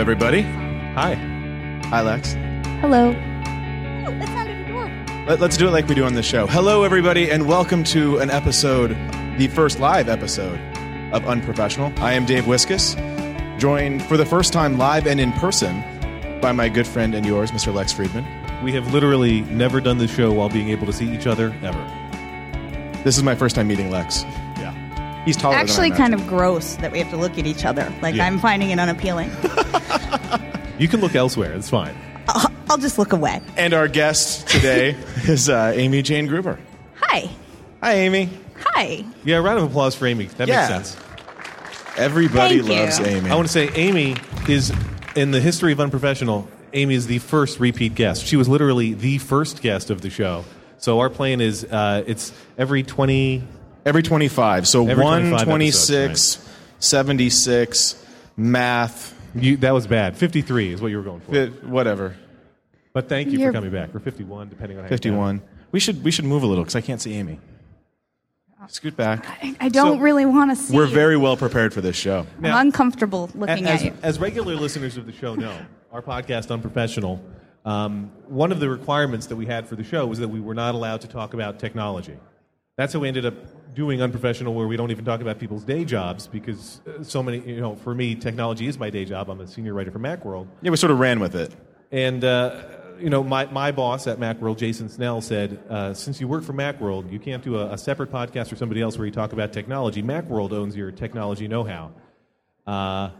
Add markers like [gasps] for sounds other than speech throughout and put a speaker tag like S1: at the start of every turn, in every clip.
S1: everybody. Hi.
S2: Hi, Lex.
S3: Hello.
S4: That sounded
S3: Oh,
S4: adorable.
S2: Let, us do it like we do on this show. Hello, everybody, and welcome to an episode, the first live episode of Unprofessional. I am Dave Wiskus, joined for the first time live and in person by my good friend and yours, Mr. Lex Friedman.
S1: We have literally never done this show while being able to see each other ever.
S2: This is my first time meeting Lex.
S1: Yeah.
S2: He's taller
S4: Actually,
S2: than I
S4: kind of gross that we have to look at each other. Like,
S1: Yeah.
S4: I'm finding it
S3: [laughs]
S4: unappealing.
S1: You can look elsewhere. It's fine.
S4: I'll, I'll just look away.
S2: of. And our
S4: [laughs]
S2: guest today is uh, Amy Jane Gruber.
S4: Hi.
S2: Hi, Amy.
S4: Hi.
S1: Yeah, round of applause for Amy. That
S2: Yeah.
S1: makes sense.
S2: Everybody
S4: Thank you.
S2: loves Amy.
S1: I want to say Amy is, in the history of Unprofessional, Amy is the first repeat guest. She was literally the first guest of the show. So our plan is uh, it's every 20.
S2: Every 25. So
S1: Every
S2: 1,
S1: 25
S2: 26,
S1: episodes,
S2: 76, math,
S1: You, that was bad. 53 is what you were going for.
S2: fi- whatever.
S1: But thank you for
S3: You're-
S1: coming back. Or 51, depending on how you count.
S2: 51. We should, we should move a little because I can't see Amy. Scoot back.
S3: I don't
S1: So-
S3: really want to see.
S2: We're
S3: you.
S2: very well prepared for this show.
S3: I'm
S1: Now-
S3: uncomfortable
S1: A-
S3: looking
S1: as,
S3: at you.
S1: as regular listeners of the show know, our podcast, Unprofessional, um, one of the requirements that we had for the show was that we were not allowed to talk about technology. That's how we ended up doing Unprofessional, where we don't even talk about people's day jobs because uh, so many, you know, for me, technology is my day job. I'm a senior writer for Macworld.
S2: Yeah, we sort of ran with it.
S1: And, uh, you know, my, my boss at Macworld, Jason Snell, said, uh, since you work for Macworld, you can't do a, a separate podcast for somebody else where you talk about technology. Macworld owns your technology know how. Uh,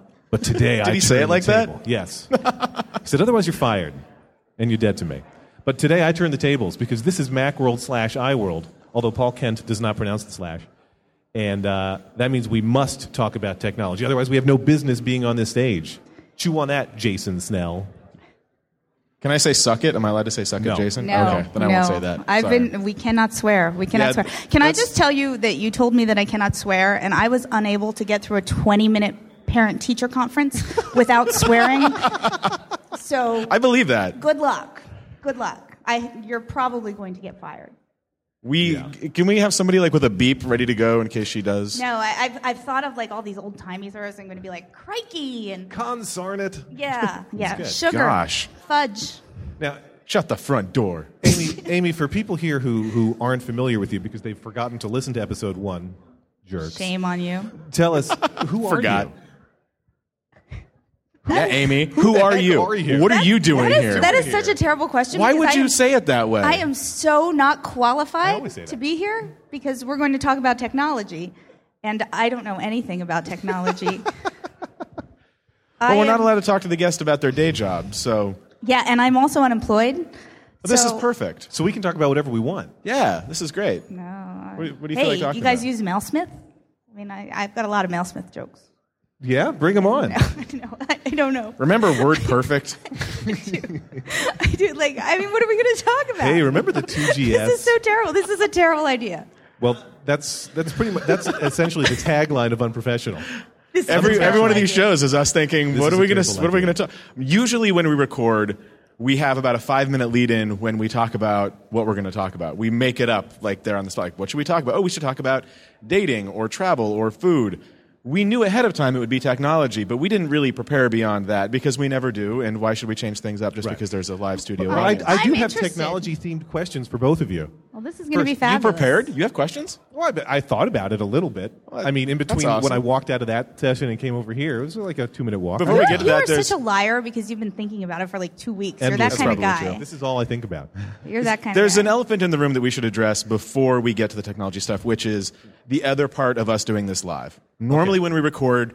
S2: [laughs]
S1: but today I
S2: he say
S1: turned
S2: it like
S1: the
S2: that?
S1: table. Yes. he said, otherwise you're fired and you're dead to me. But today I turn the tables because this is Macworld slash iWorld, although Paul Kent does not pronounce the slash. And uh, that means we must talk about technology. Otherwise, we have no business being on this stage. Chew on that, Jason Snell.
S2: Can I say suck it? Am I allowed to say suck
S1: No.
S2: it, Jason?
S4: No.
S2: Okay, then I
S3: no.
S2: won't say that.
S3: I've
S2: Sorry.
S3: been. We cannot swear. We cannot
S2: Yeah,
S3: swear. Can I
S2: that's-
S3: just tell you that you told me that I cannot swear, and I was unable to get through a 20-minute parent-teacher conference without swearing. so
S2: I believe that.
S3: good luck. Good luck. I. You're probably going to get fired.
S2: We
S1: Yeah.
S2: Can we have somebody like with a beep ready to go in case she does?
S3: No, I, I've, I've thought of like all these old timey throws. I'm going to be like crikey and
S1: Consarn it.
S3: yeah, yeah,
S1: good.
S3: sugar,
S2: Gosh.
S3: fudge.
S1: Now,
S2: Shut the front door.
S1: Amy, Amy, for people here who, who aren't familiar with you because they've forgotten to listen to episode one, jerks,
S3: Shame on you.
S1: tell us who
S2: Forgot.
S1: are you?
S2: Yeah,
S3: [laughs]
S2: Amy. Who
S1: the
S2: are
S1: heck
S2: you?
S1: are you?
S2: What are
S3: That-
S2: you doing
S3: that is,
S2: here?
S3: That is such a terrible question.
S2: Why
S3: because
S2: would
S3: I
S2: you
S3: am-
S2: say it that way?
S3: I am so not
S1: I
S3: qualified
S1: always say
S3: to
S1: that.
S3: be here because we're going to talk about technology, and I don't know anything about
S2: [laughs]
S3: technology. I
S2: Well, we're not
S3: am-
S2: allowed to talk to the guest about their day job, so
S3: Yeah, and I'm also unemployed.
S2: But this
S3: So-
S2: is perfect.
S1: So we can talk about whatever we want.
S2: Yeah, this is great.
S3: No, I-
S2: What do- what do you
S3: hey,
S2: feel like talking
S3: you guys
S2: about?
S3: use Mailsmith? I mean, I, I've got a lot of Mailsmith jokes. [laughs]
S1: Yeah, bring them on.
S3: no, I I don't know.
S2: Remember word
S3: [laughs]
S2: perfect?
S3: I do like. I mean, what are we going to talk about?
S1: Hey, remember the 2GS?
S3: [laughs] This is so terrible. This is a terrible idea.
S1: well, that's that's pretty much that's essentially the tagline of unprofessional.
S3: This is a
S2: Every every
S3: terrible
S2: one of these
S3: idea.
S2: shows is us thinking, what
S1: is
S2: are
S1: a
S2: we going to
S1: terrible
S2: what are we
S1: idea.
S2: going to talk? Usually when we record, we have about a 5-minute lead-in when we talk about what we're going to talk about. We make it up like there on the spot. Like, what should we talk about? Oh, we should talk about dating or travel or food. We knew ahead of time it would be technology, but we didn't really prepare beyond that because we never do. And why should we change things up just
S1: Right.
S2: because there's a live studio?
S1: Well, I,
S2: audience?
S1: I do
S3: I'm
S1: have
S3: interested.
S1: technology themed questions for both of you.
S3: Well, this is going to be
S1: First, you
S3: fabulous.
S2: you prepared? You have questions?
S1: Well, I, bet- I thought about it a little bit. I mean, in
S2: That's
S1: between when
S2: awesome.
S1: I walked out of that session and came over here, it was like a two minute walk.
S2: Before we
S3: You're-
S2: get to
S3: you
S2: that,
S3: are
S2: there's-
S3: such a liar because you've been thinking about it for like two weeks.
S1: And
S3: You're that
S1: that's
S3: kind of
S2: probably
S3: guy.
S2: true.
S1: this is all I think about.
S3: You're that kind
S2: There's
S3: of
S2: an
S3: guy.
S2: elephant in the room that we should address before we get to the technology stuff, which is the other part of us doing this live. Normally, when we record,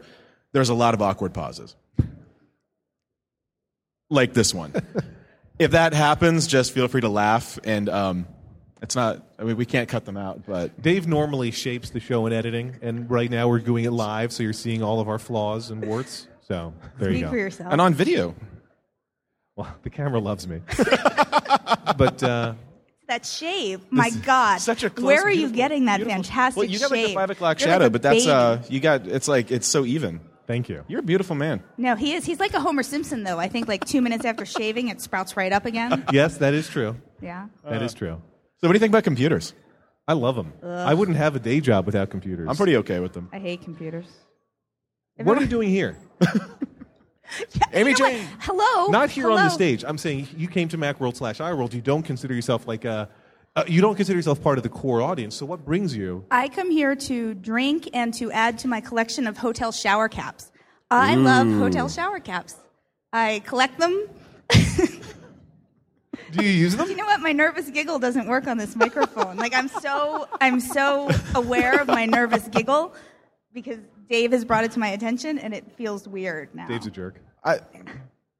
S2: there's a lot of awkward pauses, like this
S3: [laughs]
S2: one. if that happens, just feel free to laugh, and um, it's not. I mean, we can't cut them out, but
S1: Dave normally shapes the show in editing, and right now we're doing it live, so you're seeing all of our flaws and warts. So there you
S3: Speak for
S1: go.
S3: yourself.
S2: and on video,
S1: Well, the camera loves me. [laughs] but uh,
S3: that shape, my God.
S2: such a close,
S3: Where are you
S2: beautiful-
S3: getting that
S2: beautiful-
S3: fantastic
S2: Well, you got like
S3: shape?
S2: the five o'clock
S3: You're like
S2: shadow,
S3: a
S2: but that's
S3: baby.
S2: uh, you got. It's like it's so even.
S1: thank you.
S2: You're a beautiful man.
S3: No, he is. He's like a Homer Simpson, though. I think like two minutes after shaving, it sprouts right
S2: [laughs]
S3: up again.
S1: Yes, that is true.
S3: Yeah.
S1: That is true.
S2: So, what do you think about computers?
S1: I love them. I wouldn't have a day job without computers.
S2: I'm pretty okay with them.
S3: I hate computers.
S1: What are you doing here?
S2: Amy
S5: You know what?
S2: Jane.
S5: Hello.
S1: Not here on the
S5: Hello.
S1: stage. I'm saying you came to Macworld slash iWorld. You don't consider yourself like a, uh, you don't consider yourself part of the core audience. So what brings you?
S3: I come here to drink and to add to my collection of hotel shower caps. Uh, I
S1: Mm.
S3: love hotel shower caps. I collect them.
S1: Do you use them?
S3: You know what? My nervous giggle doesn't work on this microphone. like I'm so I'm so aware of my nervous giggle because Dave has brought it to my attention and it feels weird now.
S1: Dave's a jerk.
S2: I,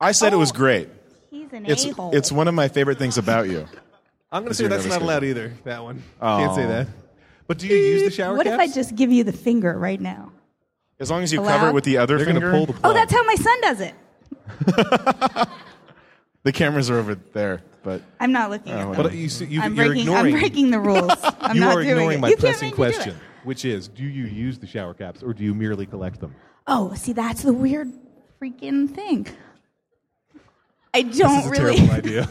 S2: I said it was
S3: Oh.
S2: great.
S3: He's an
S2: It's,
S3: a-hole.
S2: it's one of my favorite things about you.
S1: I'm going to
S2: Is
S1: say
S2: your
S1: that's
S2: nervous
S1: not allowed either. That one. Can't say that. But do you use the shower
S3: what if
S1: caps?
S3: I just give you the finger right now?
S2: As long as you
S3: Allowed?
S2: cover it with the other
S1: They're going
S2: finger.
S1: to pull the
S3: Oh,
S1: plug.
S3: that's how my son does it.
S2: the cameras are over there, but
S3: I'm not looking at them.
S1: But you see, you,
S3: I'm
S1: Oh, you're
S3: breaking,
S1: ignoring.
S3: I'm breaking
S1: [laughs]
S3: the rules. I'm
S1: you
S3: not
S1: are
S3: doing
S1: ignoring
S3: it.
S1: my
S3: you can't
S1: pressing
S3: make me do it.
S1: question, which is: Do you use the shower caps or do you merely collect them?
S3: Oh, see, that's the weird freaking thing. I don't
S1: This is a
S3: really. [laughs]
S1: terrible idea.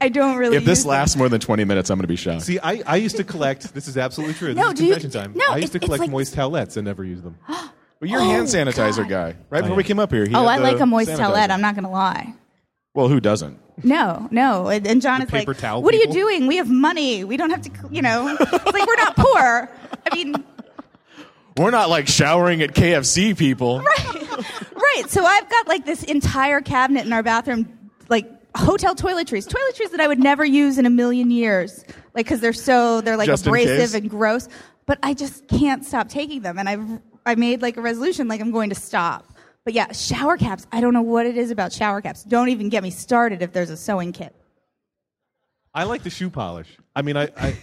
S3: I don't really.
S2: if this
S3: use
S2: lasts more than 20 minutes, I'm going to be shocked.
S1: See, I, I used to collect. This is absolutely true. This
S3: No,
S1: is
S3: do you-
S1: confession time.
S3: no,
S1: I used to
S3: it's- it's
S1: collect
S3: like-
S1: moist towelettes and never use them.
S2: well, you're a hand
S3: Oh,
S2: sanitizer
S3: God.
S2: guy. Right before
S1: yeah.
S2: we came up here. he
S3: Them. Oh, I
S2: had the
S3: like a moist
S2: sanitizer.
S3: towelette. I'm not gonna lie.
S2: Well, who doesn't?
S3: No, no. And, and John
S1: The
S3: is like,
S1: paper towel
S3: "What
S1: people?
S3: are you doing? We have money. We don't have to, you know. It's like
S1: [laughs]
S3: we're not poor. I mean,
S2: We're not like showering at KFC people.
S3: [laughs] right? So I've got like this entire cabinet in our bathroom, like hotel toiletries, toiletries that I would never use in a million years, like because they're so they're like
S2: Just in case.
S3: abrasive and gross. But I just can't stop taking them, and I've I made like a resolution, like I'm going to stop. But yeah, shower caps. I don't know what it is about shower caps. Don't even get me started if there's a sewing kit.
S1: I like the shoe polish. I mean, I, I,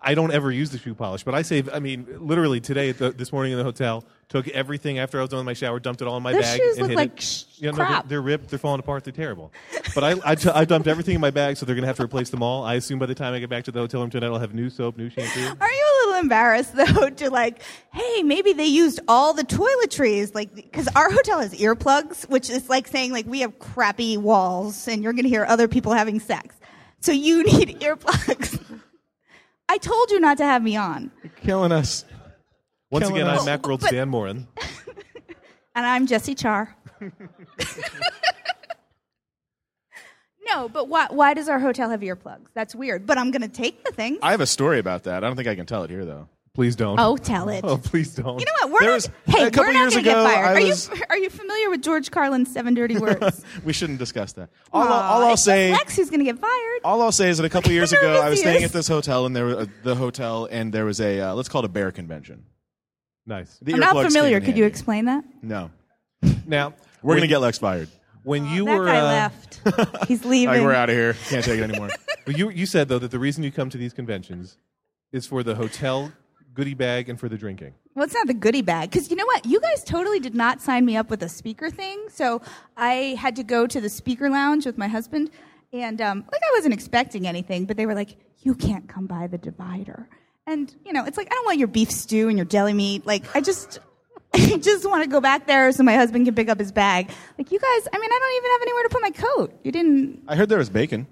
S1: I don't ever use the shoe polish, but I save. I mean, literally today, at the, this morning in the hotel, took everything after I was done with my shower, dumped it all in my
S3: Those
S1: bag.
S3: shoes
S1: and
S3: look
S1: hid
S3: like
S1: it.
S3: sh-
S1: no,
S3: crap.
S1: They're, they're ripped. They're falling apart. They're terrible. But I, I, t- I dumped everything in my bag, so they're gonna have to replace them all. I assume by the time I get back to the hotel room tonight, I'll have new soap, new shampoo.
S3: Are you a little embarrassed [laughs] though to like, hey, maybe they used all the toiletries, like, because our hotel has earplugs, which is like saying like we have crappy walls and you're gonna hear other people having sex, so you [laughs] need earplugs. [laughs] I told you not to have me on,
S2: Killing us.
S1: Once
S2: Killing
S1: again,
S2: us.
S1: I'm Macworld's
S3: But-
S1: Dan Morin.
S3: and I'm Jesse Char. [laughs] no, but why? Why does our hotel have earplugs? That's weird. But I'm gonna take the things.
S2: I have a story about that. I don't think I can tell it here, though. [laughs]
S1: Please don't.
S3: Oh, [laughs] tell it.
S1: Oh, please don't.
S3: You know what? We're
S2: There
S3: not,
S2: was-
S3: hey,
S2: a couple
S3: we're not
S2: years
S3: going to get
S2: ago,
S3: fired.
S2: I
S3: are
S2: was-
S3: you are you familiar with George Carlin's
S2: [laughs]
S3: Seven Dirty Words?
S2: we shouldn't discuss that. All, I'll-
S3: Aw,
S2: all I'll
S3: it's just
S2: say.
S3: Lex who's going to get fired.
S2: All I'll say is that a
S3: [laughs]
S2: couple years ago, I was
S3: Nervous
S2: staying
S3: ears.
S2: at this hotel, and there was the hotel, and there was a uh, let's call it a bear convention.
S1: Nice.
S2: The
S3: I'm not
S2: earplugs came
S3: familiar.
S2: in
S3: Could you
S2: handy.
S3: explain that?
S2: No,
S1: Now
S2: we're
S1: when-
S2: gonna get Lex fired.
S1: when you
S3: Oh, that
S1: were
S3: guy
S1: uh,
S3: left.
S1: [laughs]
S3: He's
S2: Like
S3: leaving.
S2: we're out of here. Can't take it anymore.
S1: Well, you you said though that the reason you come to these conventions is for the hotel goodie bag and for the drinking.
S3: well, it's not the goodie bag because you know what? You guys totally did not sign me up with a speaker thing, so I had to go to the speaker lounge with my husband, and um, like I wasn't expecting anything, but they were like, "You can't come by the divider," and you know, it's like I don't want your beef stew and your deli meat. Like I just. [laughs] I just want to go back there so my husband can pick up his bag. Like you guys, I mean, I don't even have anywhere to put my coat. You didn't
S2: [laughs] I heard there was bacon.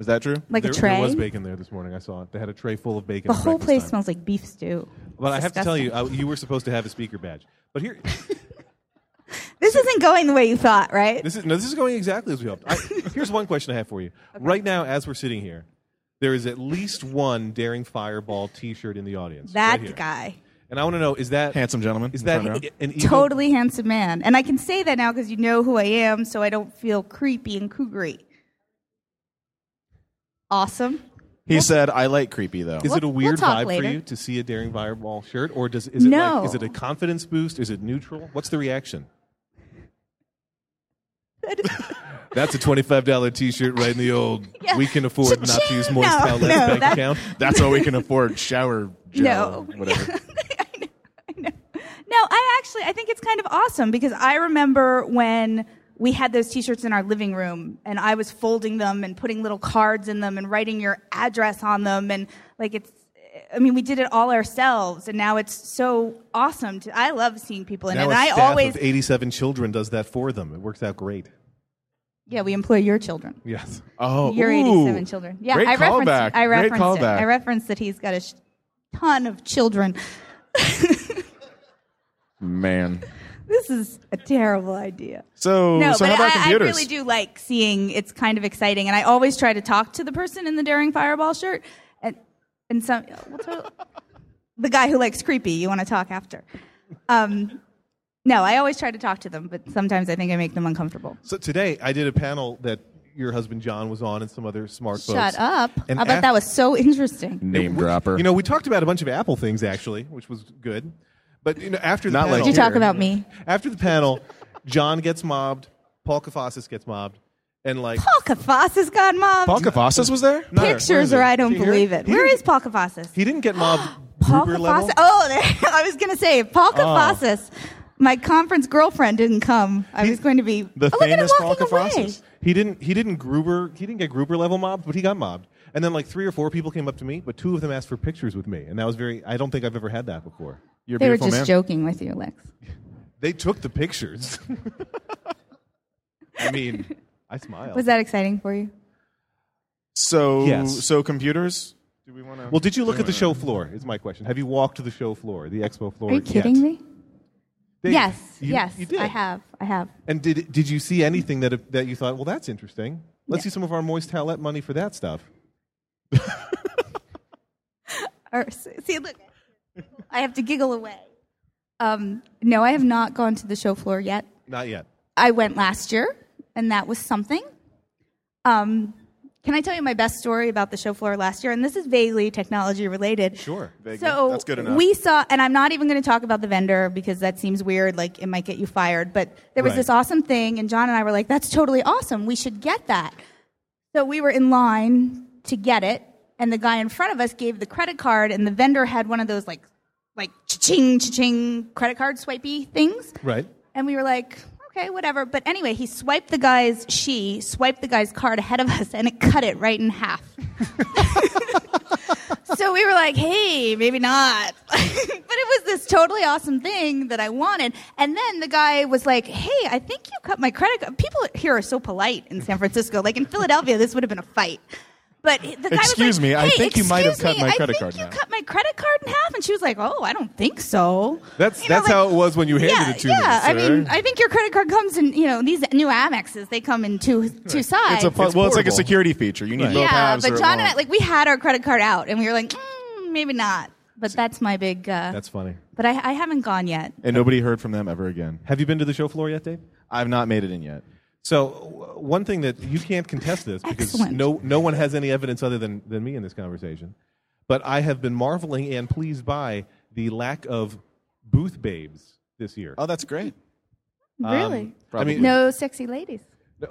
S2: Is that true?
S3: like
S1: there,
S3: a tray.
S1: there was bacon there this morning. I saw it. They had a tray full of bacon.
S3: The
S1: at
S3: whole
S1: breakfast
S3: place
S1: time.
S3: smells like beef stew.
S1: But I have to tell
S3: Disgusting.
S1: you, I, you were supposed to have a speaker badge. But here,
S3: this isn't going the way you thought, right?
S1: this is no, this is going exactly as we hoped. I, here's one question I have for you. Right now, as we're sitting here, there is at least one daring fireball T-shirt in the audience.
S3: that
S1: right here.
S3: guy,
S1: And I want to know: is that
S2: Handsome gentleman
S1: Is
S2: in
S1: that
S2: the front row?
S1: an ego?
S3: totally handsome man, and I can say that now because you know who I am, so I don't feel creepy and cougary. Awesome.
S2: He said, "I like creepy though."
S1: Is it a
S3: We'll-
S1: weird
S3: we'll talk
S1: vibe for
S3: later.
S1: you to see a daring fireball shirt, or does is it
S3: No.
S1: like is it a confidence boost? Is it neutral? What's the reaction? [laughs] That's a twenty-five dollar T-shirt right in the old.
S3: [laughs] Yeah.
S1: We can afford not to
S3: Cha-ching!
S1: use moist
S3: No,
S1: towel
S3: no,
S1: bank
S3: that-
S1: account.
S2: That's all we can afford.
S3: [laughs]
S2: Shower gel.
S3: No. [laughs]
S2: Whatever.
S3: No, I actually I think it's kind of awesome because I remember when we had those t-shirts in our living room and I was folding them and putting little cards in them and writing your address on them and like it's I mean we did it all ourselves and now it's so awesome to I love seeing people in it.
S1: Now
S3: [laughs] And
S1: a
S3: I
S1: staff
S3: always
S1: of eighty-seven children does that for them. It works out great.
S3: Yeah, we employ your children.
S1: Yes.
S2: Oh,
S3: Your
S2: ooh.
S3: 87 children. Yeah,
S2: Great
S3: I referenced
S2: callback.
S3: I referenced
S2: Great
S3: it.
S2: callback.
S3: I referenced that he's got a sh- ton of children.
S2: Man,
S3: This is a terrible idea.
S2: So,
S3: No,
S2: so
S3: but
S2: how about
S3: I, I
S2: computers?
S3: really do like seeing it's kind of exciting, and I always try to talk to the person in the Daring Fireball shirt, and and some we'll totally- [laughs] the guy who likes creepy. You want to talk after? Um, no, I always try to talk to them, but sometimes I think I make them uncomfortable.
S1: So today I did a panel that your husband John was on and some other smart folks.
S3: Shut up!
S1: And
S3: I bet
S1: af-
S3: that was so interesting.
S2: Name
S1: Which-
S2: dropper.
S1: You know, we talked about a bunch of Apple things actually, which was good. But you know, after the
S2: Not
S1: panel,
S2: like
S3: Did you talk about me?
S1: after the panel, John gets mobbed, Paul Kafasis gets mobbed, and like
S3: Paul Kafasis got mobbed.
S2: Paul Kavassis was there.
S1: Not her. Where
S3: Pictures,
S1: is it?
S3: or I don't
S1: Is he here?
S3: believe it.
S1: He
S3: Where
S1: didn't-
S3: is Paul Kafasis?
S1: He didn't get mobbed.
S3: [gasps] Paul
S1: Gruber level. Oh.
S3: Kafasis. Oh, there, [laughs] I was going to say Paul Kafasis. My conference girlfriend didn't come. I was going to be
S2: The
S3: oh,
S2: famous
S3: look at him
S2: Paul
S3: walking away.
S2: Kavassis.
S1: He didn't. He didn't Gruber. He didn't get Gruber level mobbed, but he got mobbed. And then like three or four people came up to me, but two of them asked for pictures with me, and that was very. I don't think I've ever had that before.
S2: You're a
S3: They were
S2: beautiful
S3: just
S2: man.
S3: joking with you, Lex.
S1: They took the pictures. [laughs] I mean, I smiled.
S3: Was that exciting for you?
S2: So,
S1: Yes.
S2: so computers. Do we want to?
S1: Well, did you look at the show floor? Is my question. Have you walked to the show floor, the expo floor?
S3: Are you kidding
S1: yet?
S3: me?
S1: Dave,
S3: yes,
S1: you-
S3: yes,
S1: you did.
S3: I have, I have.
S1: And did did you see anything that that you thought? Well, that's interesting. Let's use some of our moist towelette money for that stuff.
S3: Or, s- see, look, I have to giggle away. Um, no, I have not gone to the show floor yet.
S1: Not yet.
S3: I went last year, and that was something. Um, can I tell you my best story about the show floor last year? And this is vaguely technology related.
S1: Sure.
S2: Vaguely.
S3: So
S2: that's good enough.
S3: we saw, and I'm not even going to talk about the vendor because that seems weird. Like it might get you fired. But there was
S1: Right.
S3: this awesome thing, and John and I were like, "That's totally awesome. We should get that." So we were in line to get it, and the guy in front of us gave the credit card, and the vendor had one of those like, like cha-ching, cha-ching credit card swipey things.
S1: Right.
S3: And we were like, okay, whatever. But anyway, he swiped the guy's, she swiped the guy's card ahead of us and it cut it right in half. [laughs] so we were like, hey, maybe not. [laughs] but it was this totally awesome thing that I wanted. And then the guy was like, hey, I think you cut my credit card. People here are so polite in San Francisco. Like in Philadelphia, this would have been a fight. But the guy was
S2: Excuse
S3: like,
S2: me, I
S3: "Hey,
S2: think you might have
S3: excuse
S2: cut
S3: me,
S2: my
S3: I
S2: credit
S3: think
S2: card
S3: you
S2: in half."
S3: cut my credit card in half, and she was like, "Oh, I don't think so."
S1: That's
S3: You know,
S1: that's
S3: like-
S1: how it was when you handed
S3: yeah,
S1: it to me.
S3: yeah. I
S1: sir.
S3: mean, I think your credit card comes in. You know, these new Amexes they come in two two
S2: it's
S3: sides.
S2: a pu-
S1: It's
S2: well, it's like a
S1: portable.
S2: security feature. You need
S1: Right.
S2: both
S3: yeah,
S2: halves. or
S3: but
S2: it
S3: John and
S2: won't.
S3: I like we had our credit card out, and we were like, mm, maybe not. But that's my big. Uh,
S1: that's funny.
S3: But I, I haven't gone yet.
S2: and nobody heard from them ever again.
S1: Have you been to the show floor yet, Dave?
S2: I've not made it in yet.
S1: So w- one thing that you can't contest this because
S3: Excellent.
S1: no no one has any evidence other than, than me in this conversation. But I have been marveling and pleased by the lack of booth babes this year. Um,
S2: Oh, that's great.
S3: Really?
S1: I mean, no.
S3: no sexy ladies.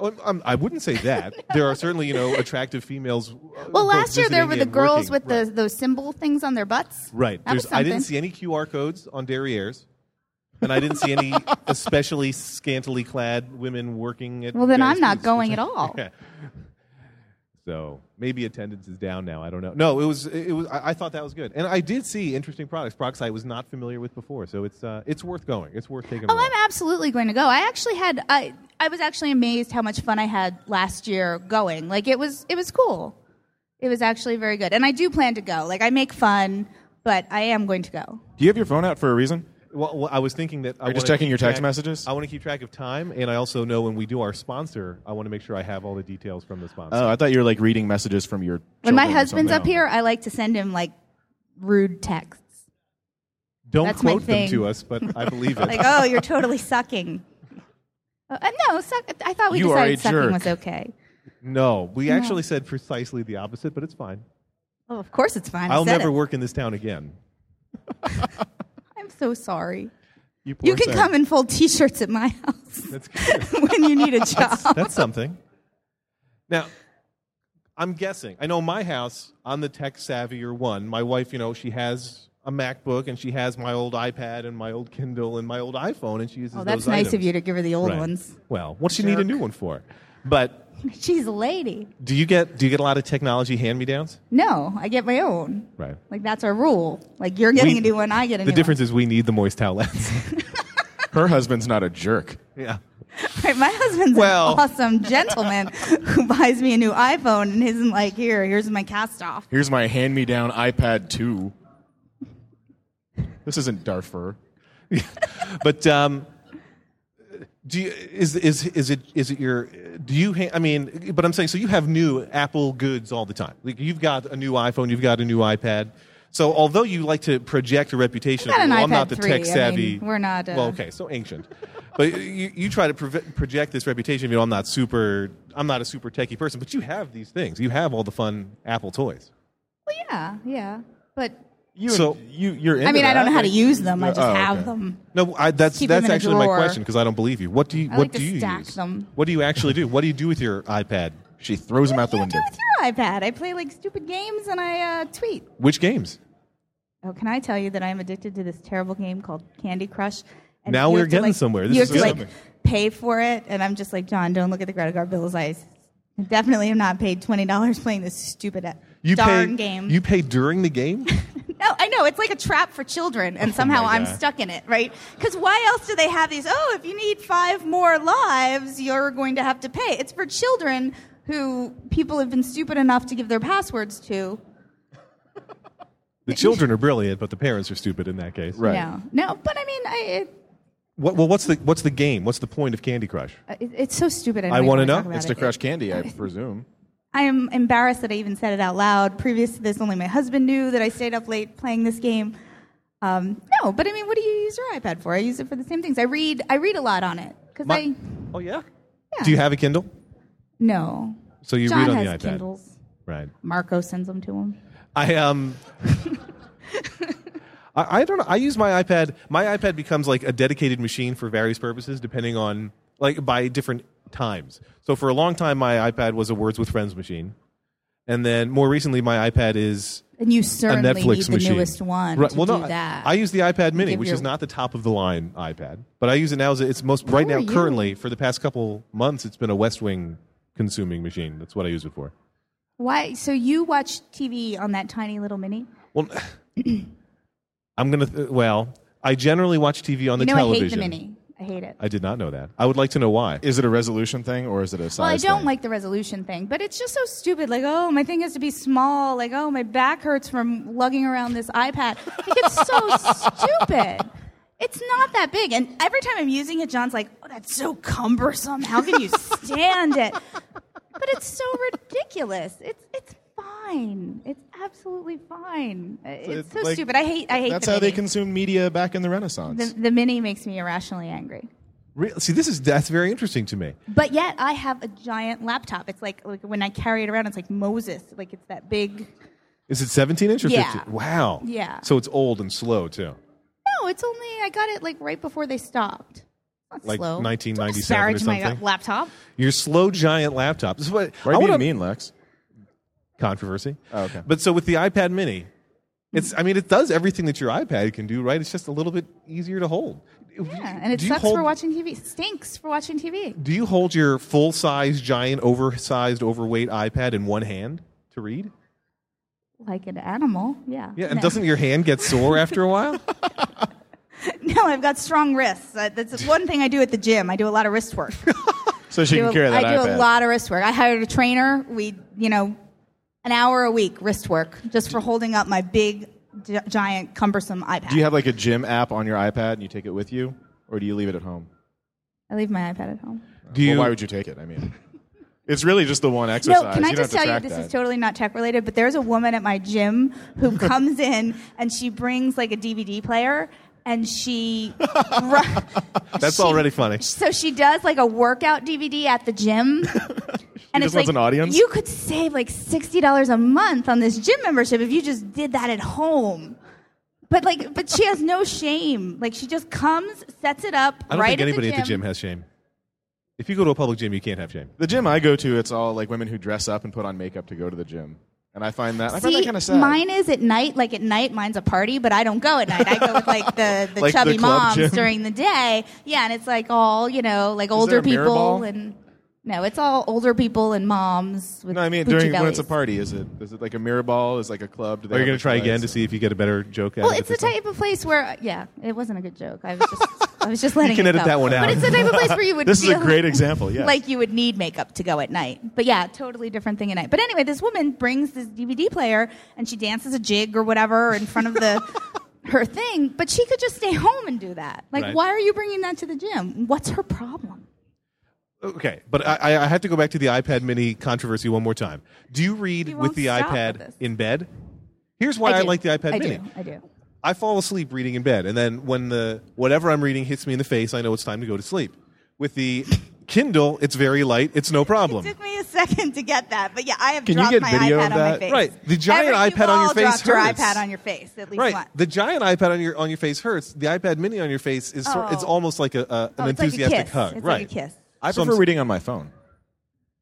S1: I'm- I'm- I wouldn't say that. there are certainly you know attractive females. uh,
S3: Well,
S1: both
S3: last year there
S1: visiting
S3: were the
S1: and
S3: girls
S1: working.
S3: with
S1: right.
S3: the, those symbol things on their butts.
S1: Right.
S3: That was
S1: There's, I didn't see
S3: something.
S1: any QR codes on derrieres, and I didn't see
S3: [laughs]
S1: any especially scantily clad women working at.
S3: Well, then
S1: various
S3: I'm not
S1: booths,
S3: going
S1: which
S3: at
S1: I-
S3: all.
S1: [laughs] Yeah. So maybe attendance is down now. I don't know. No, it was. It was. I, I thought that was good, and I did see interesting products. Products I was not familiar with before, so it's uh, it's worth going. It's worth taking. a
S3: Oh,
S1: walk.
S3: I'm absolutely going to go. I actually had I I was actually amazed how much fun I had last year going. Like it was it was cool. It was actually very good. And I do plan to go. Like I make fun, but I am going to go.
S2: Do you have your phone out for a reason?
S1: Well, well, I was thinking that. I
S2: you just
S1: wanna
S2: checking
S1: keep
S2: your text
S1: track-
S2: messages?
S1: I want to keep track of time, and I also know when we do our sponsor, I want to make sure I have all the details from the sponsor.
S3: Uh,
S2: Oh, I thought you were like reading messages from your.
S3: When my
S2: children or
S3: husband's
S2: something.
S3: up here, I like to send him like rude texts.
S1: Don't
S3: that's my
S1: quote them
S3: thing.
S1: to us, but I believe
S3: [laughs]
S1: it.
S3: Like, "Oh,
S2: [laughs]
S3: you're totally sucking." Uh, uh, no, suck, I thought we
S2: You are
S3: decided
S2: a
S3: sucking
S2: jerk.
S3: was okay.
S1: No, we actually said precisely the opposite, but it's fine.
S3: Oh, of course it's fine. I
S1: I'll
S3: said
S1: never
S3: it.
S1: work in this town again.
S3: I'm so sorry.
S2: You,
S3: You can come in full t-shirts at my [laughs] house
S1: That's good.
S3: when
S2: [laughs]
S3: you need a job.
S1: That's something. Now, I'm guessing. I know my house. I'm the tech savvier one. My wife, you know, she has a MacBook and she has my old iPad and my old Kindle and my old iPhone, and she uses.
S3: Oh, that's
S1: those
S3: nice of
S1: items.
S3: you to give her the old
S1: Right.
S3: ones. [laughs]
S1: Well, what do you need a new one for? But
S3: She's a lady.
S1: do you get do you get a lot of technology hand me downs?
S3: No, I get my own.
S1: Right.
S3: Like that's our rule. Like you're getting
S1: We-
S3: a new one, I get a
S1: The
S3: new
S1: difference is we need the moist towelettes.
S2: Her husband's not a jerk.
S1: [laughs] yeah.
S3: one. Right, my husband's
S1: Well-
S3: an [laughs] awesome gentleman who [laughs] buys me a new iPhone and isn't like, here, here's my cast off.
S2: Here's my hand-me-down iPad 2. This isn't Darfur.
S1: But um, Do you, is is is it is it your do you ha- I mean but I'm saying so you have new Apple goods all the time like you've got a new iPhone you've got a new iPad so although you like to project a reputation
S3: I've got
S1: of
S3: an
S1: well, I'm not
S3: iPad
S1: the
S3: 3. I
S1: tech
S3: mean,
S1: savvy
S3: we're not, uh,
S1: well okay so ancient but you, you try to prove- project this reputation you know I'm not super I'm not a super techie person but you have these things you have all the fun Apple toys
S3: Well, yeah, yeah. But
S2: You,
S1: So-
S2: you, you're. Into
S3: I mean, I don't
S2: that,
S3: know how to
S2: like-
S3: use them. I
S2: Yeah,
S3: just
S2: oh,
S3: have
S2: okay.
S3: them.
S1: No, I, that's
S3: Keep them
S1: that's
S3: in a
S1: actually my
S3: drawer.
S1: question because I don't believe you. What do you
S3: I
S1: what
S3: like to
S1: do you
S3: stack
S1: use?
S3: them.
S1: What do you actually do? What do you do with your iPad?
S2: She throws him out the
S3: What do
S2: window.
S3: you do with your iPad? I play like stupid games and I uh, tweet.
S1: Which games?
S3: Oh, can I tell you that I'm addicted to this terrible game called Candy Crush? And
S1: Now
S3: you
S1: we're
S3: have to,
S1: getting
S3: like-
S1: somewhere. This
S3: you
S1: is
S3: have to
S1: good.
S3: like pay for it, and I'm just like, John, don't look at the credit card bill as I definitely am not paid twenty dollars playing this stupid
S1: You
S3: darn
S1: pay,
S3: game.
S1: You pay during the
S3: [laughs]
S1: game?
S3: No, I know it's like a trap for children, and somehow
S1: Oh my
S3: I'm
S1: God.
S3: stuck in it, right? Because why else do they have these? Oh, if you need five more lives, you're going to have to pay. It's for children who people have been stupid enough to give their passwords to.
S1: the children are brilliant, but the parents are stupid in that case.
S2: Right.
S3: No, no, but I mean, I, it,
S1: What, well, what's the what's the game? What's the point of Candy Crush?
S3: Uh, it, it's so stupid.
S1: I
S3: don't even
S1: wanna
S3: wanna
S1: know.
S3: talk about
S2: It's
S3: it.
S2: to crush candy,
S3: [laughs]
S2: I presume.
S3: I am embarrassed that I even said it out loud. Previous to this, only my husband knew that I stayed up late playing this game. Um, no, but I mean, what do you use your iPad for? I use it for the same things. I read. I read a lot on it because
S1: My-
S3: I
S1: oh yeah?
S3: Yeah.
S1: Do you have a Kindle?
S3: no.
S1: So you
S3: John
S1: read on
S3: has
S1: the iPad.
S3: Kindles.
S1: Right.
S3: Marco sends them to him.
S1: I um. [laughs] I, I don't know. I use my iPad. My iPad becomes like a dedicated machine for various purposes, depending on like by different times. So for a long time, my iPad was a Words with Friends machine, and then more recently, my iPad is
S3: And you
S1: a
S3: certainly
S1: Netflix
S3: need the
S1: machine.
S3: newest one
S1: Right.
S3: to
S1: well,
S3: do
S1: no,
S3: that.
S1: I, I use the iPad Mini,
S3: Give
S1: which
S3: your-
S1: is not the top of the line iPad, but I use it now as a- it's most right
S3: Where
S1: now
S3: are you?
S1: currently for the past couple months. It's been a West Wing consuming machine. That's what I use it for.
S3: Why? So you watch TV on that tiny little mini?
S1: Well, [sighs] I'm gonna. Th- well, I generally watch TV on the
S3: you know, I hate the
S1: television.
S3: mini. I hate it.
S1: I did not know that. I would like to know why.
S2: Is it a resolution thing or is it a size
S3: Well, I don't
S2: thing?
S3: like the resolution thing, but it's just so stupid. Like, oh, my thing has to be small. Like, oh, my back hurts from lugging around this iPad. Like, it's so
S2: [laughs]
S3: stupid. It's not that big. And every time I'm using it, John's like, oh, that's so cumbersome. How can you stand it? But it's so ridiculous. It's, it's fine. It's absolutely fine. It's,
S2: It's
S3: so
S2: like-
S3: stupid. I hate, I hate
S2: That's
S3: the
S2: how they
S3: mini.
S2: consumed media back in the Renaissance.
S3: the, the mini makes me irrationally angry.
S1: Re- See, this is that's very interesting to me.
S3: But yet I have a giant laptop. It's like, like when I carry it around, it's like Moses. Like it's that big.
S1: Is it 17 inch or
S3: Yeah.
S1: 15? Wow.
S3: Yeah.
S1: So it's old and slow too.
S3: No, it's only I got it like right before they stopped. Not
S1: Like 1997
S3: slow.
S1: or
S3: Don't disparage my
S1: something.
S3: laptop.
S1: Your slow giant laptop. This is what
S2: what
S1: I
S2: do you
S1: wanna-
S2: mean, Lex?
S1: Controversy.
S2: Oh, okay.
S1: But so with the iPad Mini, it's. I mean, it does everything that your iPad can do, right? It's just a little bit easier to hold.
S3: Yeah, and it
S1: Do you
S3: sucks
S1: hold-
S3: for watching TV. Stinks for watching TV.
S1: Do you hold your full size, giant, oversized, overweight iPad in one hand to read?
S3: Like an animal. Yeah.
S1: Yeah, and
S3: No.
S1: doesn't your hand get sore after
S2: [laughs]
S1: a while?
S3: [laughs] No, I've got strong wrists.
S1: [laughs]
S3: Uh, That's one thing I do at the gym. I do a lot of wrist work.
S2: So she
S3: do
S2: can
S3: a-
S2: carry that
S3: I do
S2: iPad.
S3: a lot of wrist work. I hired a trainer. We, you know, an hour a week wrist work just for holding up my big, gi- giant, cumbersome iPad.
S2: Do you have like a gym app on your iPad and you take it with you, or do you leave it at home?
S3: I leave my iPad at home.
S1: Do you?
S2: well, why would you take it? I mean, [laughs] it's really just the one exercise.
S3: No, can I
S2: don't have
S3: just tell
S2: to
S3: you,
S2: track
S3: this
S2: that.
S3: is totally not tech related, but there's a woman at my gym
S2: [laughs]
S3: who comes in and she brings like a DVD player and she. ru- [laughs]
S1: That's
S3: she-
S1: already funny.
S3: So she does like a workout DVD at
S2: [laughs]
S3: the gym. And
S2: just wants an audience?
S3: You could save like $60 a month on this gym membership if you just did that at home. But like, but she has no shame. Like she just comes, sets it up.
S1: I don't
S3: right
S1: think anybody at the gym
S3: has.
S1: has shame. If you go to a public gym, you can't have shame.
S2: the gym I go to, it's all like women who dress up and put on makeup to go to the gym, and I find that I find
S3: See,
S2: that kind of sad.
S3: Mine is at night. Like at night, mine's a party, but I don't go at night. I go with like
S2: [laughs]
S3: the, the
S2: Like the
S3: chubby
S2: club
S3: moms
S2: gym.
S3: during the day. Yeah, and it's like all you know, like older
S2: a mirror ball?
S3: people and no, it's all older people and moms. With
S2: no, I mean
S3: Gucci
S2: during when
S3: bellies.
S2: it's a party, is it is it like a mirror ball? Is it like a club? Do they
S1: Are you
S2: have
S1: going
S2: a
S1: to try
S2: place?
S1: again to see if you get a better joke?
S3: Well,
S1: out
S3: it's
S1: of
S3: the
S1: it
S3: type of place where yeah, it wasn't a good joke. I was just I
S2: [laughs]
S3: was just letting
S1: can
S3: it
S1: edit
S3: go.
S1: that one out.
S3: But it's the type of place where you would.
S2: This is a
S3: feel
S2: great
S3: [laughs]
S2: example. Yes.
S3: Like you would need makeup to go at night. But yeah, totally different thing at night.
S1: [laughs]
S3: But anyway, this woman brings this DVD player and she dances a jig or whatever in front of the her thing, but she could just stay home and do that. Like,
S1: Right.
S3: why are you bringing that to the gym? What's her problem?
S1: Okay, but I, I I have to go back to the iPad Mini controversy one more time. Do you read
S3: You
S1: with
S3: won't
S1: the
S3: stop with
S1: iPad
S3: this.
S1: in bed? Here's why I,
S3: do.
S1: like the iPad
S3: I
S1: Mini.
S3: Do. I do.
S1: I fall asleep reading in bed, and then when the whatever I'm reading hits me in the face, I know it's time to go to sleep. With the Kindle, it's very light; it's no problem.
S4: Took me a second to get that, but yeah, I have
S2: Can you
S4: dropped
S2: get
S4: my
S2: video
S4: iPad
S2: of
S4: on my
S2: that?
S4: face.
S1: Right. The giant
S4: Every-
S1: iPad
S4: you
S1: on your
S4: all
S1: face
S4: dropped your
S1: hurts.
S4: iPad on your face at least
S1: Right,
S4: once.
S1: the giant iPad on your on your face hurts. The iPad Mini on your face is sort, it's
S3: Oh.
S1: almost like a, a an
S4: Oh, it's like a
S1: enthusiastic
S4: kiss.
S1: hug.
S4: It's
S1: right,
S4: like a kiss.
S2: I
S1: So I'm
S2: prefer
S1: s-
S2: reading on my phone.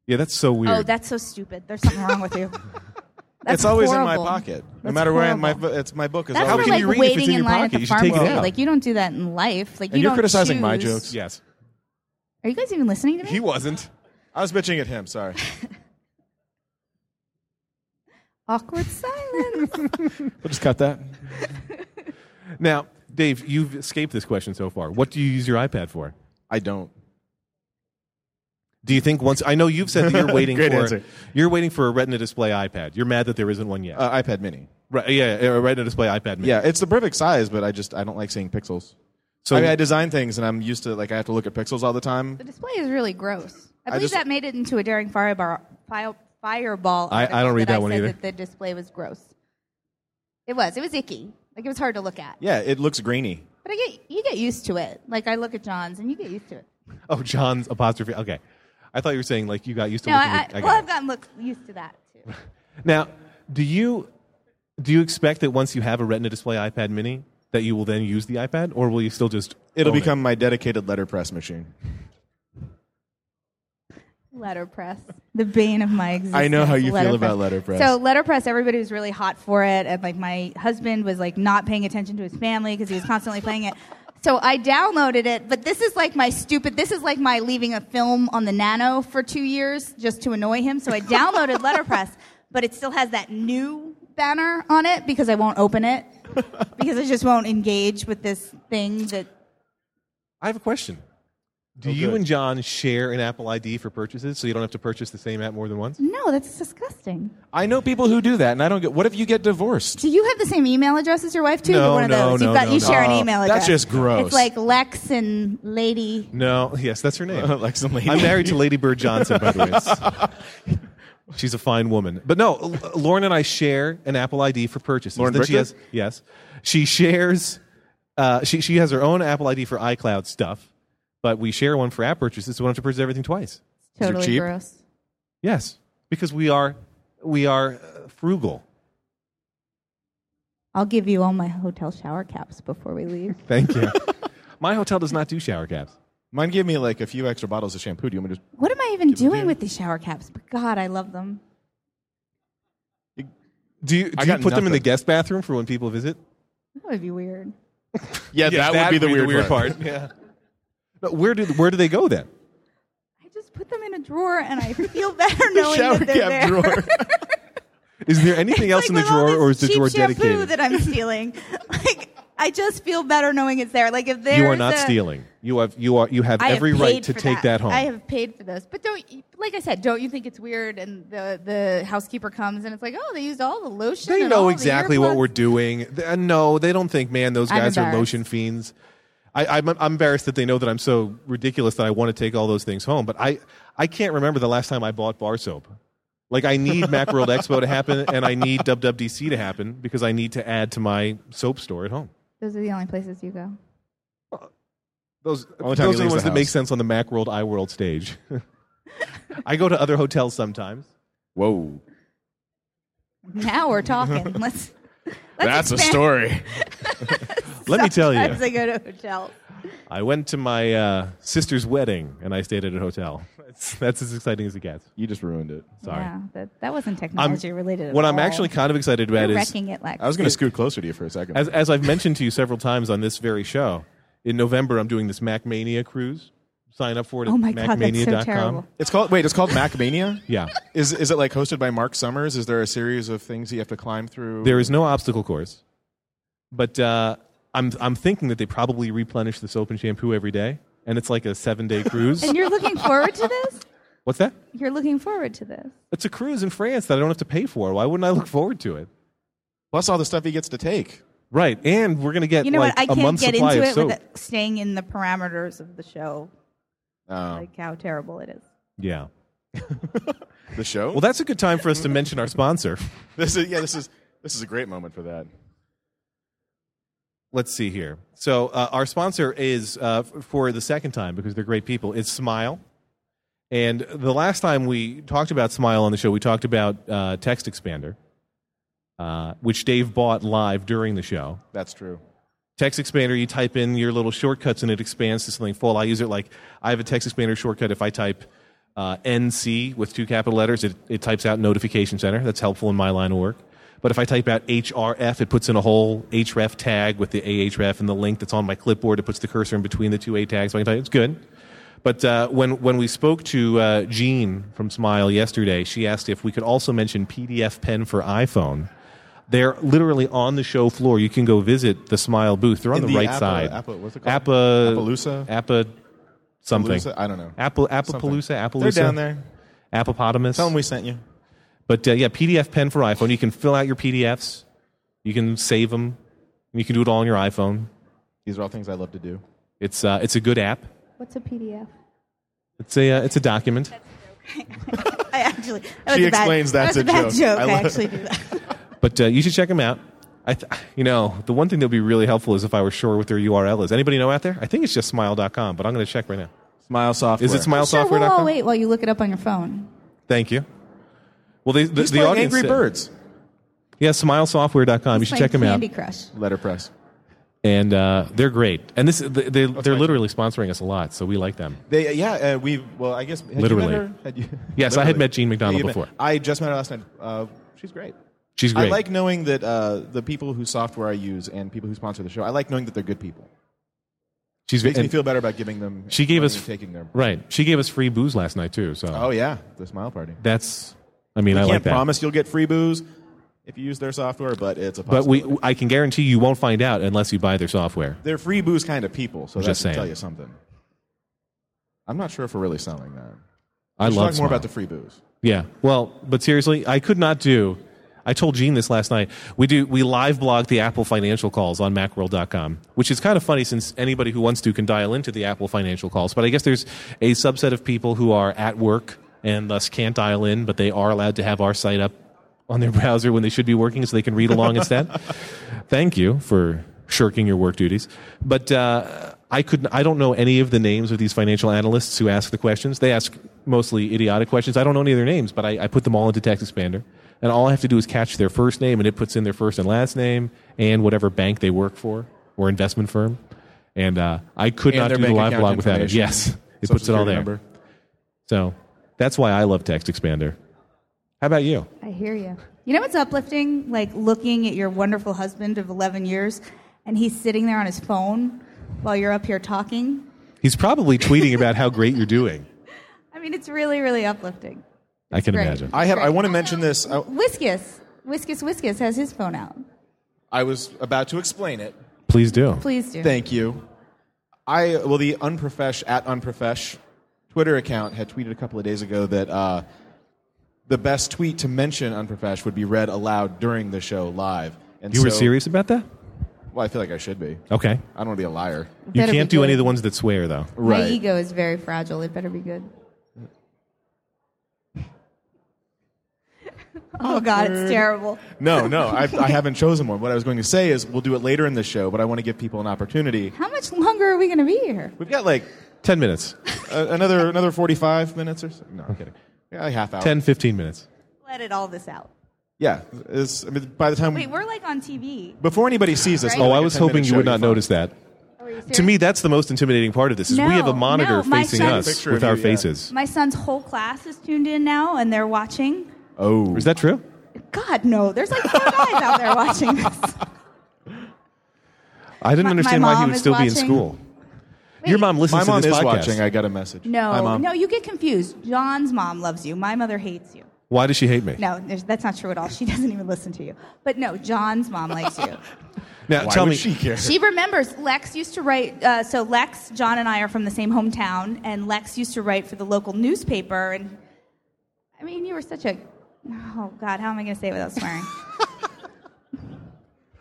S1: Yeah, that's so weird.
S3: Oh, that's so stupid. There's something wrong
S1: [laughs]
S3: with you. That's
S2: it's always in
S3: horrible.
S2: my pocket, no
S3: That's
S2: matter where my
S3: horrible.
S2: it's my book is.
S3: That's
S1: How
S3: for
S2: always
S1: can
S3: like
S1: you read if it's
S3: waiting
S1: in
S3: in,
S1: your
S3: line
S1: pocket?
S3: at
S1: You
S3: the
S1: should
S3: pharmacy.
S1: take it out.
S3: Like you don't do that in life. Like you
S2: And you're
S3: don't
S2: criticizing my
S3: choose-
S2: jokes.
S1: yes,
S3: Are you guys even listening to me?
S1: he wasn't.
S2: I was bitching at him. Sorry.
S3: Awkward silence.
S1: [laughs]
S2: we'll just cut that.
S1: Now, Dave, you've escaped this question so far. What do you use your iPad for?
S2: I don't.
S1: Do you think once I know you've said that
S2: [laughs]
S1: you're waiting
S2: Great
S1: for
S2: answer.
S1: you're waiting for a Retina display iPad. You're mad that there isn't one yet.
S2: Uh, iPad Mini.
S1: right, yeah, a Retina display iPad. Mini.
S2: Yeah, it's the perfect size, but I just I don't like seeing pixels.
S1: So
S2: I mean, I design things, and I'm used to like I have to look at pixels all the time.
S3: the display is really gross. I believe
S2: just-
S3: that made it into a daring firebar, fire, fireball.
S1: I- I don't
S3: article
S1: read that
S3: I
S1: one
S3: said
S1: either.
S3: That the display was gross. It was. It was icky. Like it was hard to look at.
S2: Yeah, it looks grainy.
S3: But I get you get used to it. Like I look at John's and you get used to it.
S1: oh, John's apostrophe. Okay, I thought you were saying like you got used to.
S3: No,
S1: looking
S3: I,
S1: at-
S3: I,
S1: got
S3: well,
S1: it.
S3: I've gotten look, used to that too.
S1: Now, do you do you expect that once you have a Retina display iPad Mini that you will then use the iPad, or will you still just
S2: It'll
S1: own it?
S2: become my dedicated letterpress machine.
S3: Letterpress.
S4: The bane of
S3: [laughs]
S4: my existence.
S2: I know how you feel about letterpress.
S3: So letterpress, everybody was really hot for it, and like my husband was like not paying attention to his family because he was constantly playing it. So I downloaded it, but this is like my stupid. This is like my leaving a film on the Nano for two years just to annoy him. So
S4: [laughs]
S3: I downloaded letterpress, but it still has that new banner on it because I won't open it because I just won't engage with this thing that
S1: I have a question. Do
S2: Oh,
S1: you
S2: good.
S1: and John share an Apple ID for purchases, so you don't have to purchase the same app more than once?
S3: no, that's disgusting.
S2: I know people who do that, and I don't get. What if you get divorced?
S3: Do you have the same email address as your wife too?
S1: No,
S3: You're one of
S1: no,
S3: those.
S1: no,
S3: You've got,
S1: no,
S3: you
S1: no.
S3: share
S2: Oh,
S3: an email address.
S2: that's just gross.
S3: It's like Lex and Lady.
S1: No. Yes, that's her name.
S2: [laughs] [laughs] like some lady.
S1: I'm married to Lady Bird Johnson, by the way. It's- [laughs] She's a fine woman. But no, L- Lauren and I share an Apple ID for purchases.
S2: Lauren
S1: Then she
S2: Bricker?
S1: has, yes. She shares, uh, she, she has her own Apple ID for iCloud stuff, but we share one for app purchases, so we don't have to purchase everything twice.
S2: Is it
S3: Totally
S2: cheap?
S3: gross.
S1: Yes, because we are, we are uh, frugal.
S3: I'll give you all my hotel shower caps before we leave.
S1: Thank you. [laughs] My hotel does not do shower caps.
S2: Mine gave me like a few extra bottles of shampoo. Do you want me to?
S3: [laughs] What am I even doing with these shower caps? But God, I love them.
S1: Do you, do
S2: I
S1: you
S2: got
S1: put them in the
S2: nothing.
S1: guest bathroom for when people visit?
S3: That would be weird.
S2: Yeah,
S1: yeah. [laughs] But where do where do they go then?
S3: I just put them in a drawer and I feel [laughs] better
S2: [laughs]
S3: knowing
S2: Shower
S3: that they're
S2: cap
S3: there. [laughs]
S2: drawer.
S1: Is there anything else
S3: Like
S1: in the
S3: with
S1: drawer,
S3: all this
S1: or is the
S3: cheap
S1: drawer
S3: shampoo
S1: dedicated?
S3: that I'm stealing? [laughs] like I just feel better knowing it's there. Like if there's
S1: you are not
S3: a-
S1: stealing. You have you are you have
S3: I have
S1: every
S3: paid
S1: right to
S3: for
S1: take that, home.
S3: I have paid for those, but don't you- like I said, don't you think it's weird? And the the housekeeper comes and it's like, oh, they used all the lotion.
S1: they
S3: and
S1: know
S3: all the
S1: exactly what
S3: earplugs."
S1: we're doing. Th- uh, no, they don't think, man, those
S3: I'm
S1: guys are
S3: embarrassed.
S1: lotion fiends. I, I'm, I'm embarrassed that they know that I'm so ridiculous that I want to take all those things home. But I, I can't remember the last time I bought bar soap. Like I
S3: [laughs]
S1: need MacWorld Expo to happen, and I need WWDC to happen because I need to add to my soap store at home.
S3: Those are the only places
S1: [laughs]
S3: you go.
S1: Those,
S2: Only time he
S1: those are the
S2: leaves
S1: ones
S2: the
S1: that make
S2: house.
S1: sense on the Macworld iWorld
S3: [laughs]
S1: stage. [laughs] I go to other hotels sometimes.
S2: Whoa,
S3: Now we're
S1: [laughs]
S3: talking. Let's.
S2: that's a story.
S1: Let me tell you,
S3: Sometimes I go to hotels.
S1: I went to my uh, sister's wedding and I stayed at a hotel. That's, that's as exciting as it gets.
S2: [laughs] You just ruined it.
S1: Sorry.
S3: Yeah, that, that wasn't
S1: I'm-
S3: technology related. At
S1: what I'm
S3: all.
S1: actually kind of excited about
S3: You're
S1: is,
S3: wrecking it, Lex.
S2: I was going to scoot closer to you for a second.
S1: as, as I've mentioned to you several times on this very show, in November I'm doing this Mac Mania cruise. Sign up for it at
S3: oh my god, that's so
S1: macmania.com.
S3: terrible.
S2: it's called wait, it's called Macmania.
S1: Yeah.
S2: Is is it like hosted by Mark Summers? Is there a series of things you have to climb through?
S1: There is no obstacle course, but uh, I'm, I'm thinking that they probably replenish the soap and shampoo every day, and it's like a seven
S3: [laughs]
S1: day cruise.
S3: And you're looking forward to this.
S1: What's that?
S3: You're looking forward to this.
S1: It's a cruise in France that I don't have to pay for. Why wouldn't I look forward to it?
S2: Plus all the stuff he gets to take.
S1: Right, and we're gonna get
S4: You know
S1: like
S4: what? I
S1: a
S4: can't
S1: month's
S4: get
S1: supply
S4: into
S1: of
S4: it
S1: soap.
S4: without staying in the parameters of the show,
S2: Uh,
S4: like how terrible it is.
S1: Yeah.
S2: the show.
S1: Well, that's a good time for us to mention our sponsor.
S2: this is yeah. This is this is a great moment for that.
S1: Let's see here. So uh, our sponsor is uh, f- for the second time because they're great people. It's Smile, and the last time we talked about Smile on the show, we talked about uh, Text Expander, uh, which Dave bought live during the show.
S2: That's true.
S1: text expander you type in your little shortcuts and it expands to something full i use it like i have a text expander shortcut if i type uh, nc with two capital letters it, it types out notification center that's helpful in my line of work but if i type out hrf it puts in a whole href tag with the ahref and the link that's on my clipboard it puts the cursor in between the two a tags so i can type it's good but uh, when, when we spoke to uh, Jean from Smile yesterday, she asked if we could also mention PDF Pen for iPhone. They're literally on the show floor. You can go visit the Smile booth. They're on
S2: In
S1: the,
S2: the
S1: right
S2: Appa-
S1: side.
S2: Appa- what's it called?
S1: Appa,
S2: Appaloosa?
S1: Appa something.
S2: Appaloosa? I don't know.
S1: Apple,
S2: Something.
S1: Appaloosa, Appaloosa.
S2: They're down there.
S1: Appopotamus.
S2: Tell them we sent you.
S1: But uh, yeah, PDF Pen for iPhone. You can fill out your PDFs. You can save them. You can do it all on your iPhone.
S2: These are all things I love to do.
S1: It's, uh, it's a good app.
S4: What's a PDF?
S1: It's a, uh, it's a document.
S4: I actually. That
S2: She
S4: was a bad-
S2: explains that's
S4: that was
S2: a
S4: a bad
S2: joke.
S4: joke.
S2: I
S4: I,
S2: love-
S4: actually do that.
S1: But uh, you should check them out. I th- you know, the one thing that would be really helpful is if I were sure what their URL is. Anybody know out there? I think it's just smile.com, but I'm going to check right now.
S2: Smile software.
S1: Is it
S4: Sure, we'll
S1: smilesoftware.com?
S4: all wait while you look it up on your phone.
S1: Thank you. Well, they, the,
S2: He's
S1: the
S2: playing
S1: audience.
S2: Angry
S1: said-
S2: Birds.
S1: Yeah, smilesoftware.com. You should
S4: Playing
S1: check them out.
S4: Candy Crush.
S2: Letterpress.
S1: And uh, they're great. And this, they, they, they're
S2: right.
S1: literally sponsoring us a lot, so we like them.
S2: They yeah. Uh, we well, I guess had you met
S1: Literally.
S2: her? Had [laughs] you-
S1: Yes, I had met Jean McDonald
S2: you met-
S1: before.
S2: I just met her last night. Uh, she's great.
S1: She's great.
S2: I like knowing that uh, the people whose software I use and people who sponsor the show. I like knowing that they're good people.
S1: She's
S2: Makes me
S1: and
S2: feel better about giving them.
S1: She gave
S2: money
S1: us
S2: and taking their.
S1: right. She gave us free booze last night too. So
S2: Oh yeah, the smile party.
S1: that's. I mean, I
S2: Can't
S1: like that.
S2: promise you'll get free booze if you use their software, but it's a.
S1: but we,
S2: possibility.
S1: I can guarantee you won't find out unless you buy their software.
S2: they're free booze kind of people, so that
S1: Just
S2: should tell
S1: saying.
S2: you something. I'm not sure if we're really selling that.
S1: I
S2: Let's talk
S1: love
S2: more
S1: Smile.
S2: about the free booze.
S1: Yeah. Well, but seriously, I could not do. I told Gene this last night. We do we live blog the Apple financial calls on macworld.com, which is kind of funny since anybody who wants to can dial into the Apple financial calls. But I guess there's a subset of people who are at work and thus can't dial in, but they are allowed to have our site up on their browser when they should be working so they can read
S2: [laughs]
S1: along instead. Thank you for shirking your work duties. But uh, I could I don't know any of the names of these financial analysts who ask the questions. They ask mostly idiotic questions. I don't know any of their names, but I, I put them all into Text Expander. And all I have to do is catch their first name, and it puts in their first and last name and whatever bank they work for or investment firm. And uh, I could
S2: And
S1: not
S2: their
S1: do the
S2: bank
S1: live
S2: account
S1: blog without it.
S2: information,
S1: Yes, it
S2: social
S1: puts it all
S2: security
S1: there.
S2: number.
S1: So that's why I love Text Expander. How about you?
S4: I hear you.
S3: You know what's uplifting? Like looking at your wonderful husband of 11 years and he's sitting there on his phone while you're up here talking.
S1: He's probably tweeting about how great you're doing.
S3: I mean, it's really, really uplifting.
S1: I can
S3: Great.
S1: imagine.
S2: I have. I want to mention this. I,
S3: Whiskus, Whiskus, Whiskus has his phone out.
S2: I was about to explain it.
S1: Please do.
S3: Please do.
S2: Thank you. I well, the unprofesh at unprofesh Twitter account had tweeted a couple of days ago that uh, the best tweet to mention unprofesh would be read aloud during the show live. And
S1: You were
S2: so-
S1: serious about that?
S2: Well, I feel like I should be.
S1: Okay.
S2: I don't want to be a liar.
S1: You
S3: Better be
S1: can't do
S3: good.
S1: any of the ones that swear, though.
S3: My ego is very fragile. It better be [laughs] good.
S4: Oh God, it's terrible.
S2: No, no, I, I haven't chosen one. What I was going to say is we'll do it later in the show, but I want to give people an opportunity.
S3: How much longer are we going to be here?
S2: We've got like
S1: 10 minutes.
S2: a, another another forty five minutes or so. No, I'm kidding. Yeah, like half hour.
S1: 10, 15 minutes.
S4: Let it all this out.
S2: Yeah, it's, I mean, by the time
S4: Wait, we're like on TV.
S2: before anybody sees this.
S4: Right?
S2: we'll
S1: Oh,
S2: have
S1: I
S2: a
S1: was
S2: 10-minute
S1: hoping you
S2: show,
S1: would
S2: you're
S1: not
S2: fine.
S1: notice that. To me, that's the most intimidating part of this is
S3: No,
S1: we have a monitor
S3: no, my
S1: facing
S3: son-
S1: us
S2: Picture
S1: with
S2: of
S1: our
S2: you, yeah.
S1: faces.
S3: My son's whole class is tuned in now and they're watching.
S2: Oh,
S1: Is that true?
S3: God, no. There's like four guys out [laughs] there watching this.
S1: I didn't
S3: My- my
S1: understand why he
S3: mom
S1: would
S3: is
S1: still be in
S3: watching.
S1: school. Your mom
S2: My
S1: listens
S2: mom
S1: to
S2: is
S1: this podcast.
S2: watching. I got a message. Hi,
S3: No,
S2: mom.
S3: no, you get confused. John's mom loves you. My mother hates you.
S1: Why does she hate me?
S3: No, there's- that's not true at all. She [laughs] doesn't even listen to you. But no, John's mom
S1: [laughs]
S3: likes you.
S1: Now,
S2: Why
S1: tell
S2: would
S1: me.
S2: she care?
S3: She remembers Lex used to write. Uh, so Lex, John, and I are from the same hometown, and Lex used to write for the local newspaper. And I mean, you were such a. Oh God, how am I going to say it without swearing?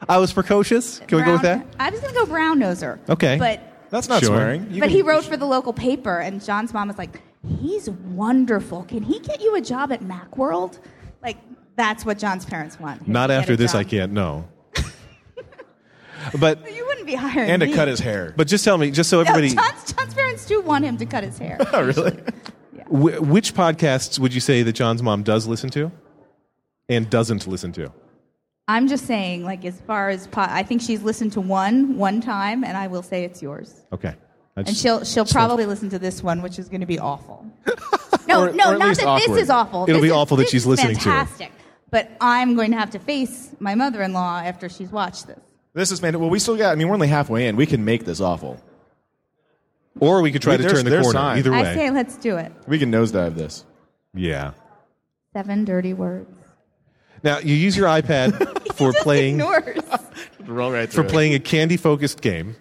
S5: I was precocious. Can we go with that?
S3: Brown- I was going to go brown noser.
S1: Okay.
S3: But
S2: That's not
S1: Sure.
S2: swearing. You
S3: but
S2: can-
S3: he wrote for the local paper, and John's mom was like, "He's wonderful. Can he get you a job at MacWorld?" Like that's what John's parents want.
S1: Not
S3: Get a
S1: after this,
S3: job.
S1: I can't. No. but
S3: You wouldn't be hiring
S2: and to
S3: me.
S2: cut his hair.
S1: but just tell me, just so
S3: No,
S1: everybody,
S3: John's, John's parents do want him to cut his hair.
S2: Oh, really?
S1: wh- which podcasts would you say that John's mom does listen to, and doesn't listen to?
S3: I'm just saying, like as far as po- I think she's listened to one one time, and I will say it's yours.
S1: Okay. I
S3: And
S1: just-
S3: she'll she'll probably listen to this one, which is going to be
S1: [laughs]
S3: awful. No,
S2: Or-
S3: no,
S2: or at
S3: not
S2: least
S3: that
S2: awkward.
S3: this is awful.
S1: It'll
S3: This
S1: be
S3: is-
S1: awful that
S3: this
S1: she's
S3: is
S1: listening to it.
S3: fantastic. But I'm going to have to face my mother-in-law after she's watched this.
S2: This is made. Well, we still got. I mean, we're only halfway in. We can make this awful.
S1: or we could try
S2: Wait,
S1: to
S2: there's-
S1: turn the
S2: there's
S1: corner.
S2: signs.
S1: Either way.
S3: I say let's do it.
S2: We can nosedive this.
S1: yeah.
S3: Seven dirty words.
S1: Now you use your
S3: [laughs]
S1: iPad for [laughs] playing
S3: Ignores.
S2: Roll right
S1: for playing a candy focused game.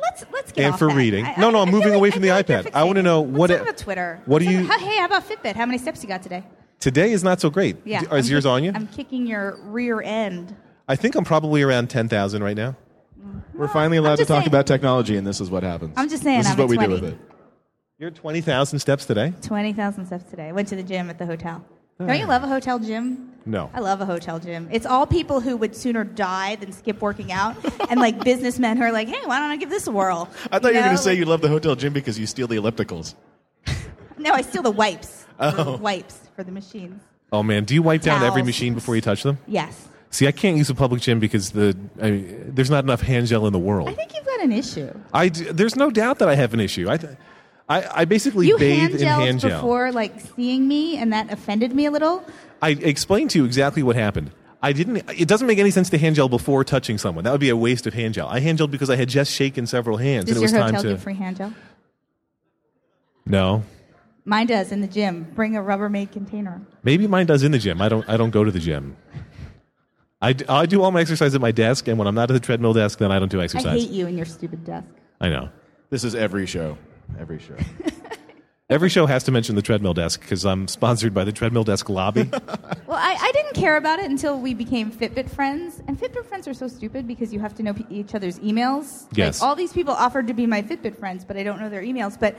S3: let's let's get
S1: And
S3: off
S1: for
S3: that.
S1: reading.
S3: I-
S1: No, no,
S3: I-
S1: I'm
S3: I feel
S1: moving
S3: like-
S1: away from
S3: I feel
S1: the
S3: like you're
S1: iPad. I wanna
S3: fixated.
S1: know what
S3: What's
S1: it-
S3: up with Twitter?
S1: what do
S3: What's up-
S1: you-
S3: how- hey, how about Fitbit? How many steps you got today?
S1: Today is not so great.
S3: Yeah.
S1: Oh, Is
S3: I'm
S1: yours
S3: kick-
S1: on you?
S3: I'm kicking your rear end.
S1: I think I'm probably around ten thousand right now.
S2: We're finally allowed to
S3: just
S2: talk
S3: saying.
S2: about technology, and this is what happens.
S3: I'm just saying,
S2: This is
S3: I'm
S2: what
S3: at
S2: we do
S3: 20.
S2: with it.
S1: You're twenty thousand steps today.
S3: Twenty thousand steps today. Went to the gym at the hotel. Don't you love a hotel gym?
S1: No.
S3: I love a hotel gym. It's all people who would sooner die than skip working out, and
S1: [laughs]
S3: like businessmen who are like, "Hey, why don't I give this a whirl?"
S2: I thought you, were
S3: know?
S2: going to say
S3: Like-
S2: you love the hotel gym because you steal the ellipticals.
S3: No, I steal the wipes. The Wipes for the machines.
S1: Oh man, do you wipe down every
S3: Towels.
S1: machine before you touch them?
S3: Yes.
S1: See, I can't use a public gym because the I mean, there's not enough hand gel in the
S3: I
S1: world.
S3: think you've got an issue.
S1: I d- there's no doubt that I have an issue. I th- I, I basically
S3: You
S1: bathe
S3: hand
S1: in hand
S3: gelled
S1: gel.
S3: before like seeing me, and that offended me a little.
S1: I explained to you exactly what happened. I didn't. It doesn't make any sense to hand gel before touching someone. That would be a waste of hand gel. I hand gelled because I had just shaken several hands,
S3: Does
S1: and it was
S3: your
S1: time
S3: hotel
S1: to.
S3: give free hand gel?
S1: no,
S3: Mine does in the gym. Bring a Rubbermaid container.
S1: maybe mine does in the gym. I don't. I don't go to the gym. I, d- I do all my exercise at my desk, and when I'm not at the treadmill desk, then I don't do
S3: I
S1: exercise.
S3: hate you and your stupid desk.
S1: I know.
S2: This is every show. Every
S3: [laughs]
S2: show.
S1: Every show has to mention the treadmill desk because I'm sponsored by the treadmill desk
S3: [laughs]
S1: lobby.
S3: Well, I, I didn't care about it until we became Fitbit friends. And Fitbit friends are so stupid because you have to know p- each other's emails.
S1: Yes.
S3: Like, all these people offered to be my Fitbit friends, but I don't know their emails. But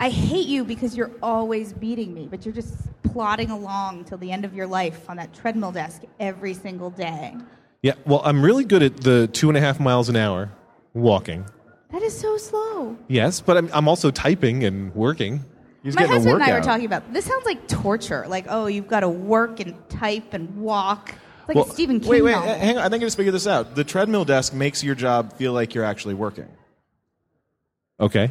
S3: I hate you because you're always beating me, but you're just plodding along till the end of your life on that treadmill desk every single day.
S1: yeah. Well, I'm really good at the two and a half miles an hour walking.
S3: That is so slow.
S1: Yes, but I'm, I'm also typing and working.
S2: He's
S3: my
S2: getting a
S3: husband and I were
S2: workout.
S3: talking about this sounds like torture. Like, oh, you've got to work and type and walk. It's like a Stephen King
S2: Wait, uh, wait,
S3: novel.
S2: h- hang on. I think I just figured this out. The treadmill desk makes your job feel like you're actually working.
S1: Okay.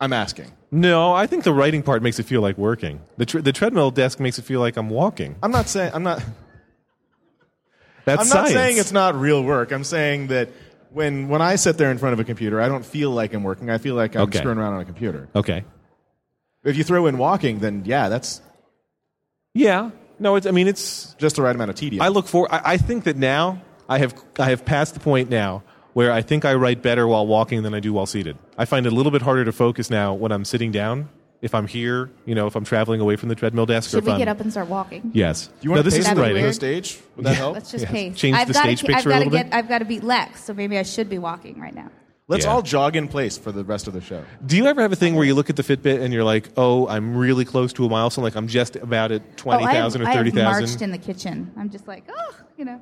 S2: I'm asking.
S1: No, I think the writing part makes it feel like working. The, tre- the treadmill desk makes it feel like I'm walking.
S2: I'm not saying I'm not.
S1: That's
S2: I'm
S1: science.
S2: not saying it's not real work. I'm saying that when when I sit there in front of a computer, I don't feel like I'm working. I feel like I'm
S1: Okay.
S2: screwing around on a computer.
S1: okay.
S2: If you throw in walking, then yeah, that's
S1: Yeah. No, it's, I mean it's.
S2: just the right amount of tedium.
S1: I look for. I, I think that now I have I have passed the point now where I think I write better while walking than I do while seated. I find it a little bit harder to focus now when I'm sitting down. If I'm here, you know, if I'm traveling away from the treadmill desk, or
S3: Should
S1: if
S3: we
S1: I'm,
S3: get up and start walking?
S1: Yes.
S2: Do you want
S1: no, this
S2: to
S1: is
S2: pace
S3: That'd be
S1: writing.
S2: the
S3: weird.
S2: stage? Would that help?
S3: Let's just
S1: Yes.
S3: pace.
S1: Oh, Change
S3: I've
S1: the
S3: gotta
S1: stage
S3: ke- I've
S1: picture a
S3: gotta
S1: little
S3: get,
S1: bit.
S3: I've got to beat Lex, so maybe I should be walking right now.
S2: Let's
S1: Yeah.
S2: all jog in place for the rest of the show.
S1: Do you ever have a thing where you look at the Fitbit and you're like, "Oh, I'm really close to a milestone. Like I'm just about at twenty
S3: Oh, I have-
S1: thousand
S3: I
S1: or
S3: have
S1: thirty
S3: marched
S1: thousand.
S3: in the kitchen. I'm just like, oh, you know.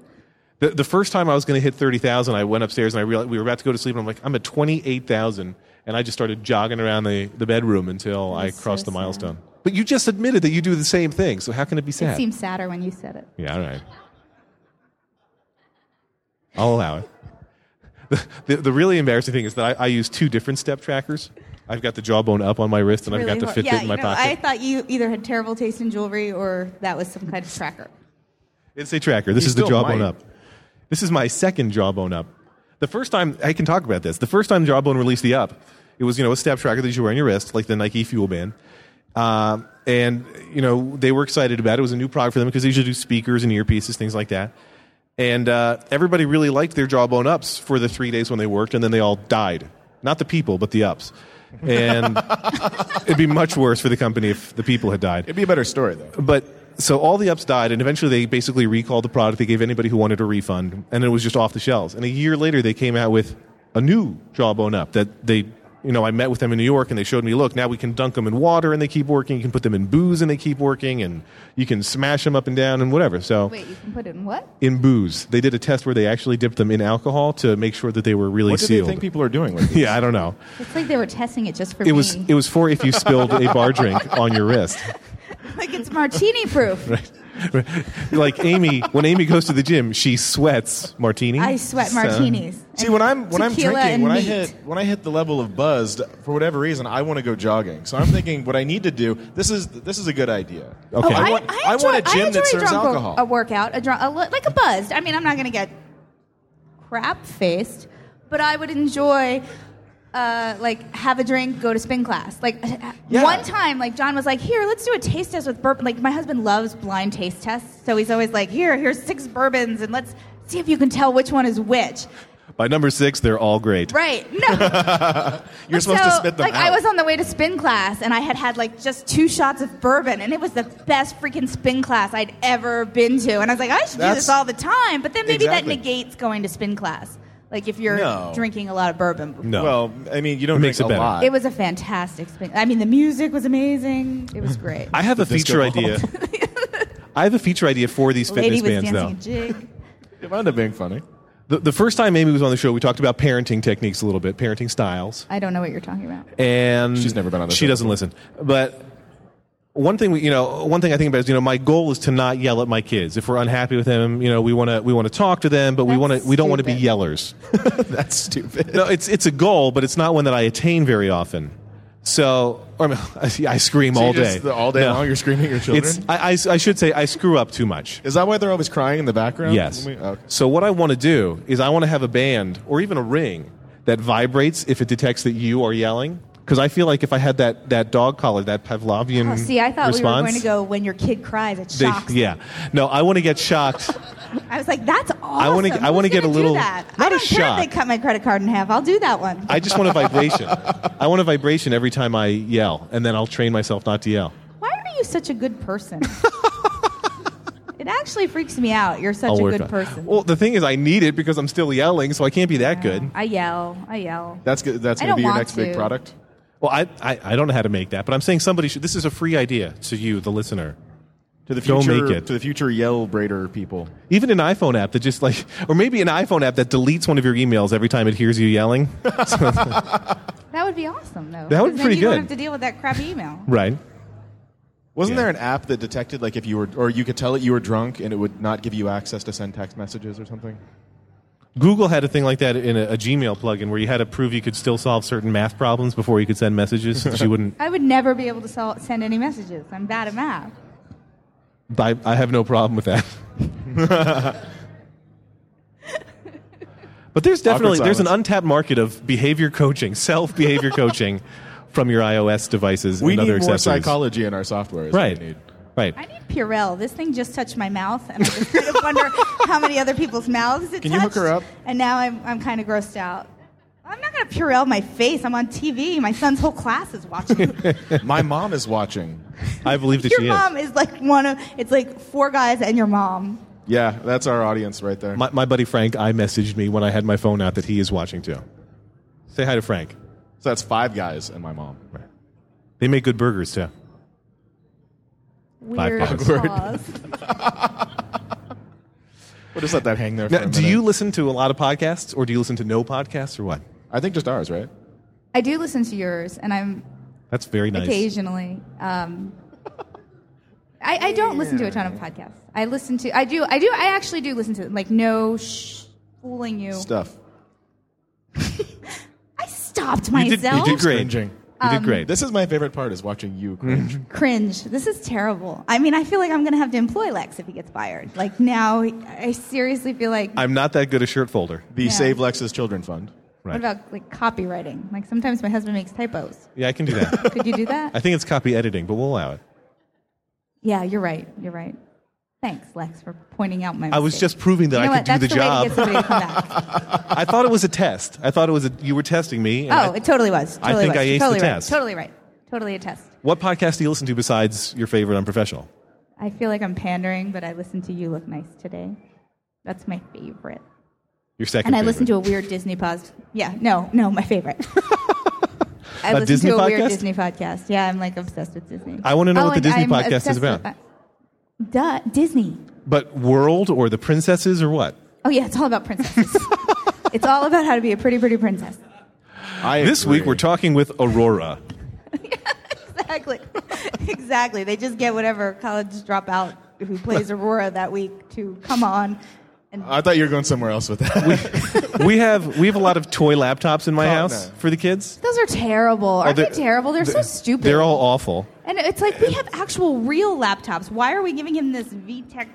S1: The, the first time I was going to hit 30,000, I went upstairs and I realized we were about to go to sleep. And I'm like, I'm at 28,000. And I just started jogging around the, the bedroom until I
S3: is so
S1: crossed the
S3: sad.
S1: milestone. But you just admitted that you do the same thing. So how can it be sad?
S3: It seems sadder when you said it.
S1: yeah, all right. I'll allow it. The, the, the really embarrassing thing is that I, I use two different step trackers. I've got the jawbone up on my wrist and I've
S3: Really
S1: got
S3: hor-
S1: the Fitbit
S3: yeah,
S1: in my
S3: you know,
S1: pocket.
S3: I thought you either had terrible taste in jewelry or that was some kind of tracker.
S1: It's a tracker. This
S2: You
S1: is the
S2: still
S1: jawbone
S2: might.
S1: up. This is my second jawbone up. The first time I can talk about this. The first time jawbone released the up, it was you know a step tracker that you wear on your wrist, like the Nike Fuel Band. Um, and you know they were excited about it. It was a new product for them because they usually do speakers and earpieces, things like that. And uh, everybody really liked their jawbone ups for the three days when they worked, and then they all died. Not the people, but the ups. [laughs] And it'd be much worse for the company if the people had died
S2: It'd be a better story though.
S1: but so all the ups died, and eventually they basically recalled the product. They gave anybody who wanted a refund, and it was just off the shelves. And a year later, they came out with a new Jawbone Up that they, you know, I met with them in New York, and they showed me, look, now we can dunk them in water, and they keep working. You can put them in booze, and they keep working, and you can smash them up and down, and whatever. So
S3: Wait, you can put it in what?
S1: in booze, they did a test where they actually dipped them in alcohol to make sure that they were really
S2: What do they
S1: sealed.
S2: think people are doing
S1: [laughs]
S2: with it?
S1: yeah, I don't know.
S3: It's like they were testing it just for
S1: It
S3: me.
S1: was it was for if you spilled a bar drink on your wrist.
S3: [laughs] like it's
S1: [laughs]
S3: martini proof.
S1: like Amy, when Amy goes to the gym, she sweats martinis.
S3: I sweat
S1: So-
S3: martinis.
S2: See,
S3: And
S2: when I'm when I'm
S3: tequila
S2: drinking,
S3: and
S2: when I
S3: meat.
S2: hit when I hit the level of buzzed, for whatever reason, I want to go jogging. So I'm thinking, what I need to do this is this is a good idea.
S1: Okay.
S3: Oh, I,
S1: I
S2: want-
S3: I
S2: I
S3: enjoy,
S2: want a gym
S3: I
S2: that
S3: enjoy
S2: serves
S3: a drunk Uh, wo-
S2: alcohol.
S3: A workout, a drunk, a, li- like a buzzed. I mean, I'm not going to get crap faced, but I would enjoy. Uh, like have a drink, go to spin class. Like
S2: Yeah.
S3: one time, like John was like, "Here, let's do a taste test with bourbon." Like my husband loves blind taste tests, so he's always like, "Here, here's six bourbons, and let's see if you can tell which one is which."
S1: By number six, they're all great.
S3: Right? No,
S2: You're supposed to
S3: so,
S2: spit them
S3: like,
S2: out.
S3: I was on the way to spin class, and I had had like just two shots of bourbon, and it was the best freaking spin class I'd ever been to. And I was like, I should do
S2: That's-
S3: this all the time. But then maybe
S2: Exactly.
S3: that negates going to spin class. Like if you're
S2: No.
S3: drinking a lot of bourbon. before.
S1: No.
S2: well, I mean, you don't
S1: Makes
S2: drink a
S1: it better.
S2: lot.
S3: It was a fantastic spin. I mean, the music was amazing. It was great.
S1: I have a
S2: disco
S1: feature
S2: ball.
S1: idea.
S2: [laughs]
S1: I have a feature idea for these
S3: The lady
S1: fitness
S3: was
S1: bands,
S3: dancing
S1: though.
S3: a jig.
S2: it wound up being funny. [laughs]
S1: The, the first time Amy was on the show, we talked about parenting techniques a little bit, parenting styles,
S3: I don't know what you're talking about.
S1: and
S2: She's never been on the
S1: She
S2: show
S1: doesn't listen, but. One thing we, you know, one thing I think about is, you know, my goal is to not yell at my kids. If we're unhappy with them, you know, we want to we want to talk to them, but we
S3: That's
S1: want to we don't want to be
S3: stupid.
S1: yellers.
S2: That's stupid.
S1: no, it's it's a goal, but it's not one that I attain very often. So, or, I mean, [laughs] I, I scream [laughs] all
S2: You
S1: day,
S2: just- all day
S1: No.
S2: long, you're screaming at your children.
S1: It's I, I, I should say I screw up too much.
S2: is that why they're always crying in the background?
S1: Yes.
S2: When we- okay.
S1: So what I want to do is I want to have a band or even a ring that vibrates if it detects that you are yelling. Because I feel like if I had that, that dog collar, that Pavlovian
S3: Oh, see, I thought we
S1: Mm-hmm.
S3: were
S1: response,
S3: going to go when your kid cries, it
S1: they-
S3: shocks.
S1: yeah. No, I want to get shocked.
S3: I was like, that's awesome.
S1: wanna- I wanna
S3: Who's
S1: get a
S3: gonna do
S1: little-
S3: That? I
S1: not a
S3: don't care
S1: shock.
S3: if they cut my credit card in half. I'll do that one.
S1: I just want a vibration. I want a vibration every time I yell, and then I'll train myself not to yell.
S3: Why are you such a good
S2: [laughs]
S3: person? it actually freaks me out. You're such
S1: I'll
S3: a
S1: work
S3: good
S1: on-
S3: person.
S1: Well, the thing is, I need it because I'm still yelling, so I can't be that good.
S3: I yell. I yell.
S2: That's good. That's
S3: I
S2: going to be
S3: don't
S2: your
S3: want
S2: next big
S3: to.
S2: product.
S1: Well, I, I, I don't know how to make that, but I'm saying somebody should. This is a free idea to you, the listener.
S2: To the
S1: Go
S2: future,
S1: make it.
S2: to the future yell braider people.
S1: Even an iPhone app that just like, [laughs] or maybe an iPhone app that deletes one of your emails every time it hears you yelling. [laughs]
S3: That would be awesome, though.
S1: That would
S3: 'cause
S1: be
S3: then
S1: pretty
S3: you
S1: good.
S3: don't have to deal with that crappy email.
S1: right.
S2: Wasn't
S1: Yeah.
S2: there an app that detected like if you were or you could tell it you were drunk and it would not give you access to send text messages or something?
S1: Google had a thing like that in a, a Gmail plugin where you had to prove you could still solve certain math problems before you could send messages. so that you wouldn't.
S3: I would never be able to sol- send any messages. I'm bad at math.
S1: I, I have no problem with that. but there's definitely there's an
S2: silence.
S1: untapped market of behavior coaching, self behavior coaching from your iOS devices
S2: We
S1: and
S2: need
S1: other
S2: more
S1: accessories.
S2: psychology in our software. Is what
S1: right.
S2: we need.
S1: Right.
S3: I need Purell. This thing just touched my mouth, and I just kind
S2: [laughs]
S3: of wonder how many other people's mouths it
S2: Can you
S3: touched.
S2: hook her up?
S3: And now I'm, I'm kind of grossed out. I'm not going to Purell my face. I'm on TV. My son's whole class is
S2: [laughs]
S3: watching.
S2: My mom is watching.
S1: I believe that
S3: your
S1: she is.
S3: mom is like one of, it's like four guys and your mom.
S2: Yeah, that's our audience right there.
S1: My, my buddy Frank, I messaged me when I had my phone out that he is watching too. Say hi to Frank.
S2: so that's five guys and my mom.
S1: They make good burgers too. Five
S3: Weird
S1: bucks.
S3: pause.
S2: We'll just let that hang there. For
S1: Now,
S2: a
S1: do
S2: minute.
S1: you listen to a lot of podcasts, or do you listen to no podcasts, or what?
S2: I think just ours, right?
S3: I do listen to yours, and I'm
S1: That's very nice.
S3: occasionally. Um, I, I don't listen to a ton of podcasts. I listen to. I do. I do. I actually do listen to like no sh- fooling you.
S2: Stuff.
S3: I stopped
S1: You did, you
S3: myself. Um,
S1: did great.
S2: Cringing.
S1: You did great.
S2: This is my favorite part is watching you cringe.
S3: Cringe. This is terrible. I mean, I feel like I'm going to have to employ Lex if he gets fired. Like now, I seriously feel like.
S1: I'm not that good a shirt folder.
S2: the
S3: Yeah.
S2: Save Lex's Children Fund.
S1: Right.
S3: what about like copywriting? Like sometimes my husband makes typos.
S1: yeah, I can do that.
S3: Could you do that?
S1: I think it's copy editing, but we'll allow it.
S3: yeah, you're right. You're right. Thanks, Lex, for pointing out my.
S1: I was
S3: mistake.
S1: just proving that
S3: You know
S1: I
S3: what?
S1: could do
S3: That's
S1: the,
S3: the,
S1: job.
S3: way to get somebody to come
S1: [laughs]
S3: back.
S1: I thought it was a test. I thought it was a, you were testing me. and
S3: Oh,
S1: I-
S3: it totally was.
S1: I
S3: Totally
S1: think
S3: was.
S1: I aced the
S3: totally right.
S1: test.
S3: Totally right. Totally a test.
S1: what podcast do you listen to besides your favorite unprofessional?
S3: I feel like I'm pandering, but I listened to You Look Nice today. That's my favorite.
S2: Your second.
S3: And I
S2: favorite.
S3: listened to a weird Disney podcast. Yeah, no, no, my
S1: [laughs]
S3: favorite. I
S1: A
S3: listened
S1: Disney
S3: to a weird
S1: podcast?
S3: Disney podcast. Yeah, I'm like obsessed with Disney. Oh,
S1: I wanna know what the
S3: and
S1: Disney
S3: I'm
S1: podcast is
S3: obsessed with-
S1: about.
S3: Duh, Disney.
S1: But world or the princesses or what?
S3: Oh yeah, it's all
S1: [laughs]
S3: about princesses. it's all about how to be a pretty, pretty princess.
S2: I
S1: This week
S2: agree.
S1: we're talking with Aurora.
S4: Exactly. [laughs] exactly. They just get whatever college dropout who plays Aurora that week to come on. And
S1: Uh,
S2: I thought you were going somewhere else with [laughs] that.
S1: we have we have a lot of toy laptops in my
S2: Call-
S1: house
S2: no.
S1: for the kids.
S3: Those are terrible. Aren't
S1: they're-
S3: they terrible? They're, so
S1: they're-
S3: stupid.
S1: They're all awful.
S4: and it's like we have actual real laptops. Why are we giving him this VTech?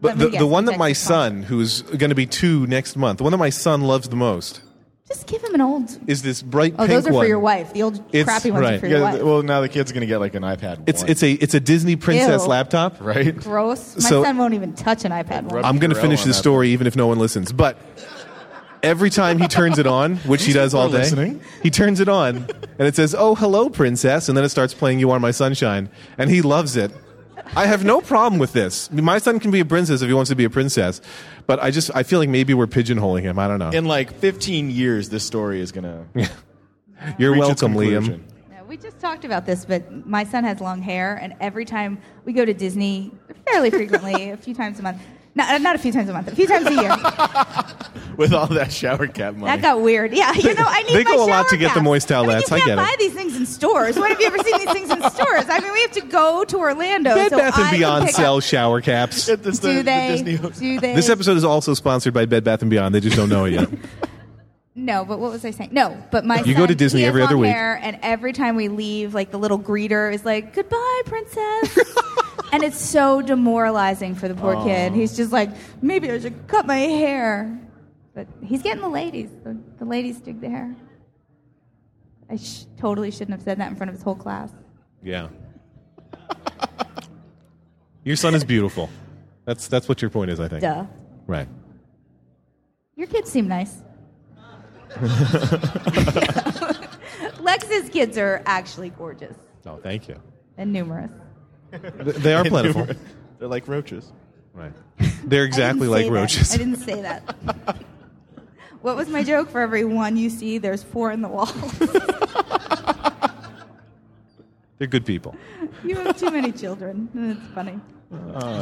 S1: But
S4: Let me
S1: the,
S4: guess,
S1: the one that
S4: VTech
S1: my
S4: is called.
S1: son, who's going to be two next month, the one that my son loves the most,
S3: Just give him an old.
S1: is this bright
S3: Oh,
S1: pink
S3: those are
S1: one.
S3: for your wife. The old
S1: It's-
S3: crappy ones
S1: right.
S3: are for your
S2: Yeah,
S3: wife.
S2: th- well, now the kid's going to get like an iPad.
S1: It's
S2: one,
S1: it's a it's a Disney princess
S3: Ew.
S1: laptop.
S2: right.
S3: Gross. My
S1: So-
S3: son won't even touch an iPad. One.
S2: Rub-
S1: I'm going to
S2: Purell
S1: finish
S2: on
S1: the
S2: that.
S1: story even if no one listens. But every time he turns it on, which he does all
S2: people
S1: day,
S2: are listening.
S1: he turns it on and it says, "Oh, hello, princess," and then it starts playing "You Are My Sunshine," and he loves it. I have no problem with this. My son can be a princess if he wants to be a princess, but I just I feel like maybe we're pigeonholing him. I don't know.
S2: In like 15 years, this story is going [laughs] to.
S1: You're welcome, Liam.
S3: No, we just talked about this, but my son has long hair, and every time we go to Disney, fairly frequently, a few times a month. Not, uh, not a few times a month, a few times a year.
S2: With all that shower cap money.
S3: That
S2: [laughs]
S3: got weird. Yeah, you know, I need.
S1: They
S3: my
S1: go a lot
S3: shower
S1: to get the
S3: cap.
S1: moist
S3: I,
S1: towelettes.
S3: mean, you
S1: I
S3: can't
S1: get it.
S3: buy these things in stores. When have you ever seen these things in stores? I mean, we have to go to Orlando.
S1: Bed
S3: so
S1: Bath
S3: I
S1: and
S3: can
S1: Beyond
S3: pick up-
S1: sell shower caps.
S2: It's the-
S3: Do
S2: the
S3: they?
S2: [laughs] Disney-
S3: do they?
S1: This episode is also sponsored by Bed Bath and Beyond. They just don't know
S2: [laughs]
S1: it yet.
S3: No, but what was I saying? No, but my
S1: You
S3: son,
S1: go to Disney
S3: he has
S1: every other
S3: long
S1: week.
S3: hair, and every time we leave, like the little greeter is like, "Goodbye,
S1: [laughs]
S3: princess," and it's so demoralizing for the poor kid. He's just like, maybe I should cut my hair, but he's getting the ladies. The, the ladies dig the hair. I sh- totally shouldn't have said that in front of his whole class.
S1: Yeah. Your son is beautiful. That's that's what your point is, I think.
S3: Duh.
S1: Right.
S3: Your kids
S1: [laughs]
S3: seem nice. [laughs]
S4: Lex's kids are actually gorgeous
S1: Oh, thank you.
S3: And numerous.
S1: Th- [laughs] They are plentiful.
S2: [laughs] They're like roaches.
S1: Right. They're exactly like
S4: say that.
S1: roaches.
S4: I didn't say that.
S1: [laughs]
S4: what was my joke? For every one you see, there's four in the
S3: [laughs]
S4: wall.
S1: They're good people.
S4: you have too many children. It's funny.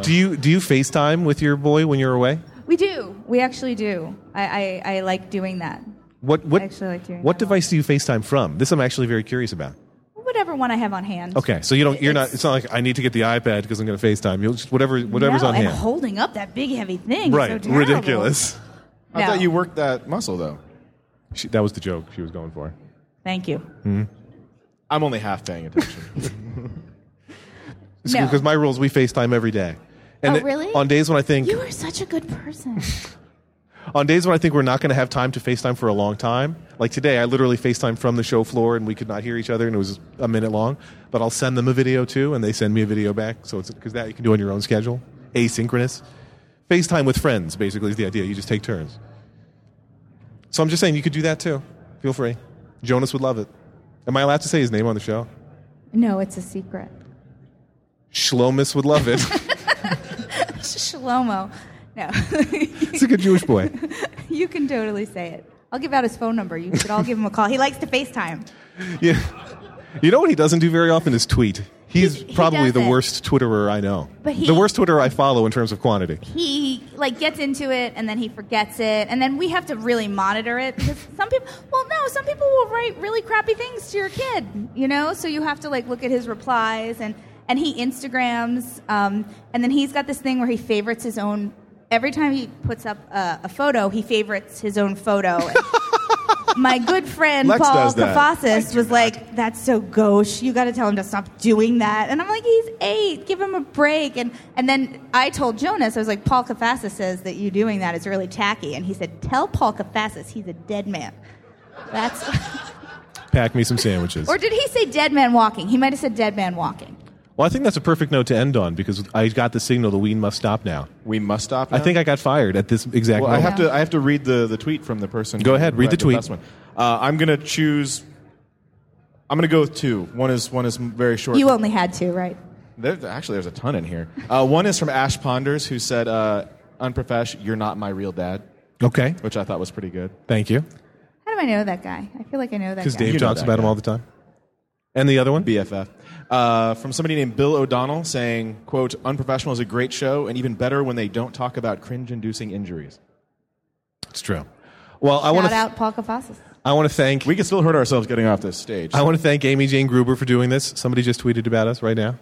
S1: do you do you FaceTime with your boy when you're away?
S3: We do. We actually do. I, I, I like doing that.
S1: What what
S3: I actually like doing
S1: what
S3: that a
S1: device do you FaceTime from? This I'm actually very curious about.
S3: Whatever one I have on hand.
S1: Okay, so you don't you're not it's not like I need to get the iPad because I'm going to FaceTime. You'll just whatever whatever's
S3: no,
S1: on
S3: and
S1: hand.
S3: holding up that big heavy thing.
S1: Right.
S3: Is so terrible.
S1: Ridiculous.
S2: I thought
S3: No.
S2: you worked that muscle though.
S1: She, that was the joke she was going for.
S3: Thank you.
S2: I'm only half paying attention.
S3: No.
S1: Because my rules we FaceTime every day. And
S3: Oh,
S1: it-
S3: really?
S1: on days when I think
S3: You are such a good
S1: [laughs]
S3: person.
S1: on days when I think we're not going to have time to FaceTime for a long time, like today, I literally FaceTime from the show floor and we could not hear each other and it was a minute long. But I'll send them a video too and they send me a video back. So it's because that you can do on your own schedule, asynchronous. FaceTime with friends basically is the idea. You just take turns. So I'm just saying you could do that too. Feel free. Jonas would love it. Am I allowed to say his name on the show?
S3: no, it's a secret.
S1: Shlomis would love it. [laughs]
S3: Shlomo. No. [laughs]
S1: He's a good Jewish boy.
S3: you can totally say it. I'll give out his phone number. You should all give him a call. He likes to FaceTime.
S1: Yeah. You know what he doesn't do very often is tweet. He's
S3: He- he
S1: probably the
S3: doesn't.
S1: worst Twitterer I know.
S3: But he-
S1: the worst Twitterer I follow in terms of quantity.
S3: He like gets into it and then he forgets it and then we have to really monitor it because some people well no, some people will write really crappy things to your kid, you know? So you have to like look at his replies and and he Instagrams um, and then he's got this thing where he favorites his own every time he puts up a, a photo, he favorites his own photo. And My good friend
S2: Lex
S3: Paul
S2: does that.
S3: Kafasis was like, "That's so gauche. You got to tell him to stop doing that." And I'm like, "He's eight. Give him a break." And and then I told Jonas, I was like, "Paul Kafasis says that you doing that is really tacky." And he said, "Tell Paul Kafasis he's a dead man." That's [laughs]
S1: Pack me some sandwiches.
S3: or did he say dead man walking? He might have said dead man walking.
S1: well, I think that's a perfect note to end on because I got the signal the we must stop now.
S2: [laughs] we must stop.
S1: I think I got fired at this exact
S2: Well, I
S1: moment.
S2: have to. I have to read the, the tweet from the person.
S1: Go ahead, read the tweet.
S2: best one. Uh, I'm gonna choose. I'm gonna go with two. One is one is very short.
S3: You only had two, right?
S2: There, actually, there's a ton in here. Uh, one is from Ash Ponders, who said, uh, "Unprofesh, you're not my real dad,"
S1: Okay.
S2: which I thought was pretty good.
S1: Thank you.
S4: How do I know that guy? I feel like I know that guy.
S1: Because Dave
S2: You know
S1: talks
S2: that
S1: about him
S2: guy.
S1: all the time. And the other one?
S2: BFF. Uh, from somebody named Bill O'Donnell saying, "Quote: Unprofessional is a great show, and even better when they don't talk about cringe-inducing injuries."
S1: It's true. Well, I want
S4: Shout
S1: to
S4: out Paul Kafasis.
S1: I want to thank
S2: We can still hurt ourselves getting off this stage.
S1: I want to thank Amy Jane Gruber for doing this. Somebody just tweeted about us right now.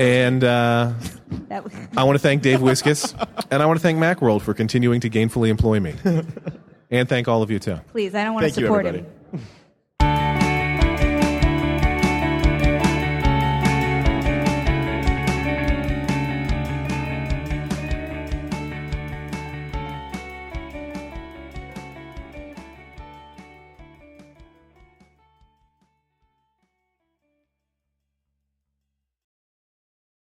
S1: And uh,
S4: That
S3: [laughs]
S4: was
S1: I want to thank Dave Wiskus. and I want to thank Macworld for continuing to gainfully employ me. and thank all of you, too.
S4: please. I don't want
S2: Thank
S4: to
S2: you,
S4: support
S2: everybody.
S4: him.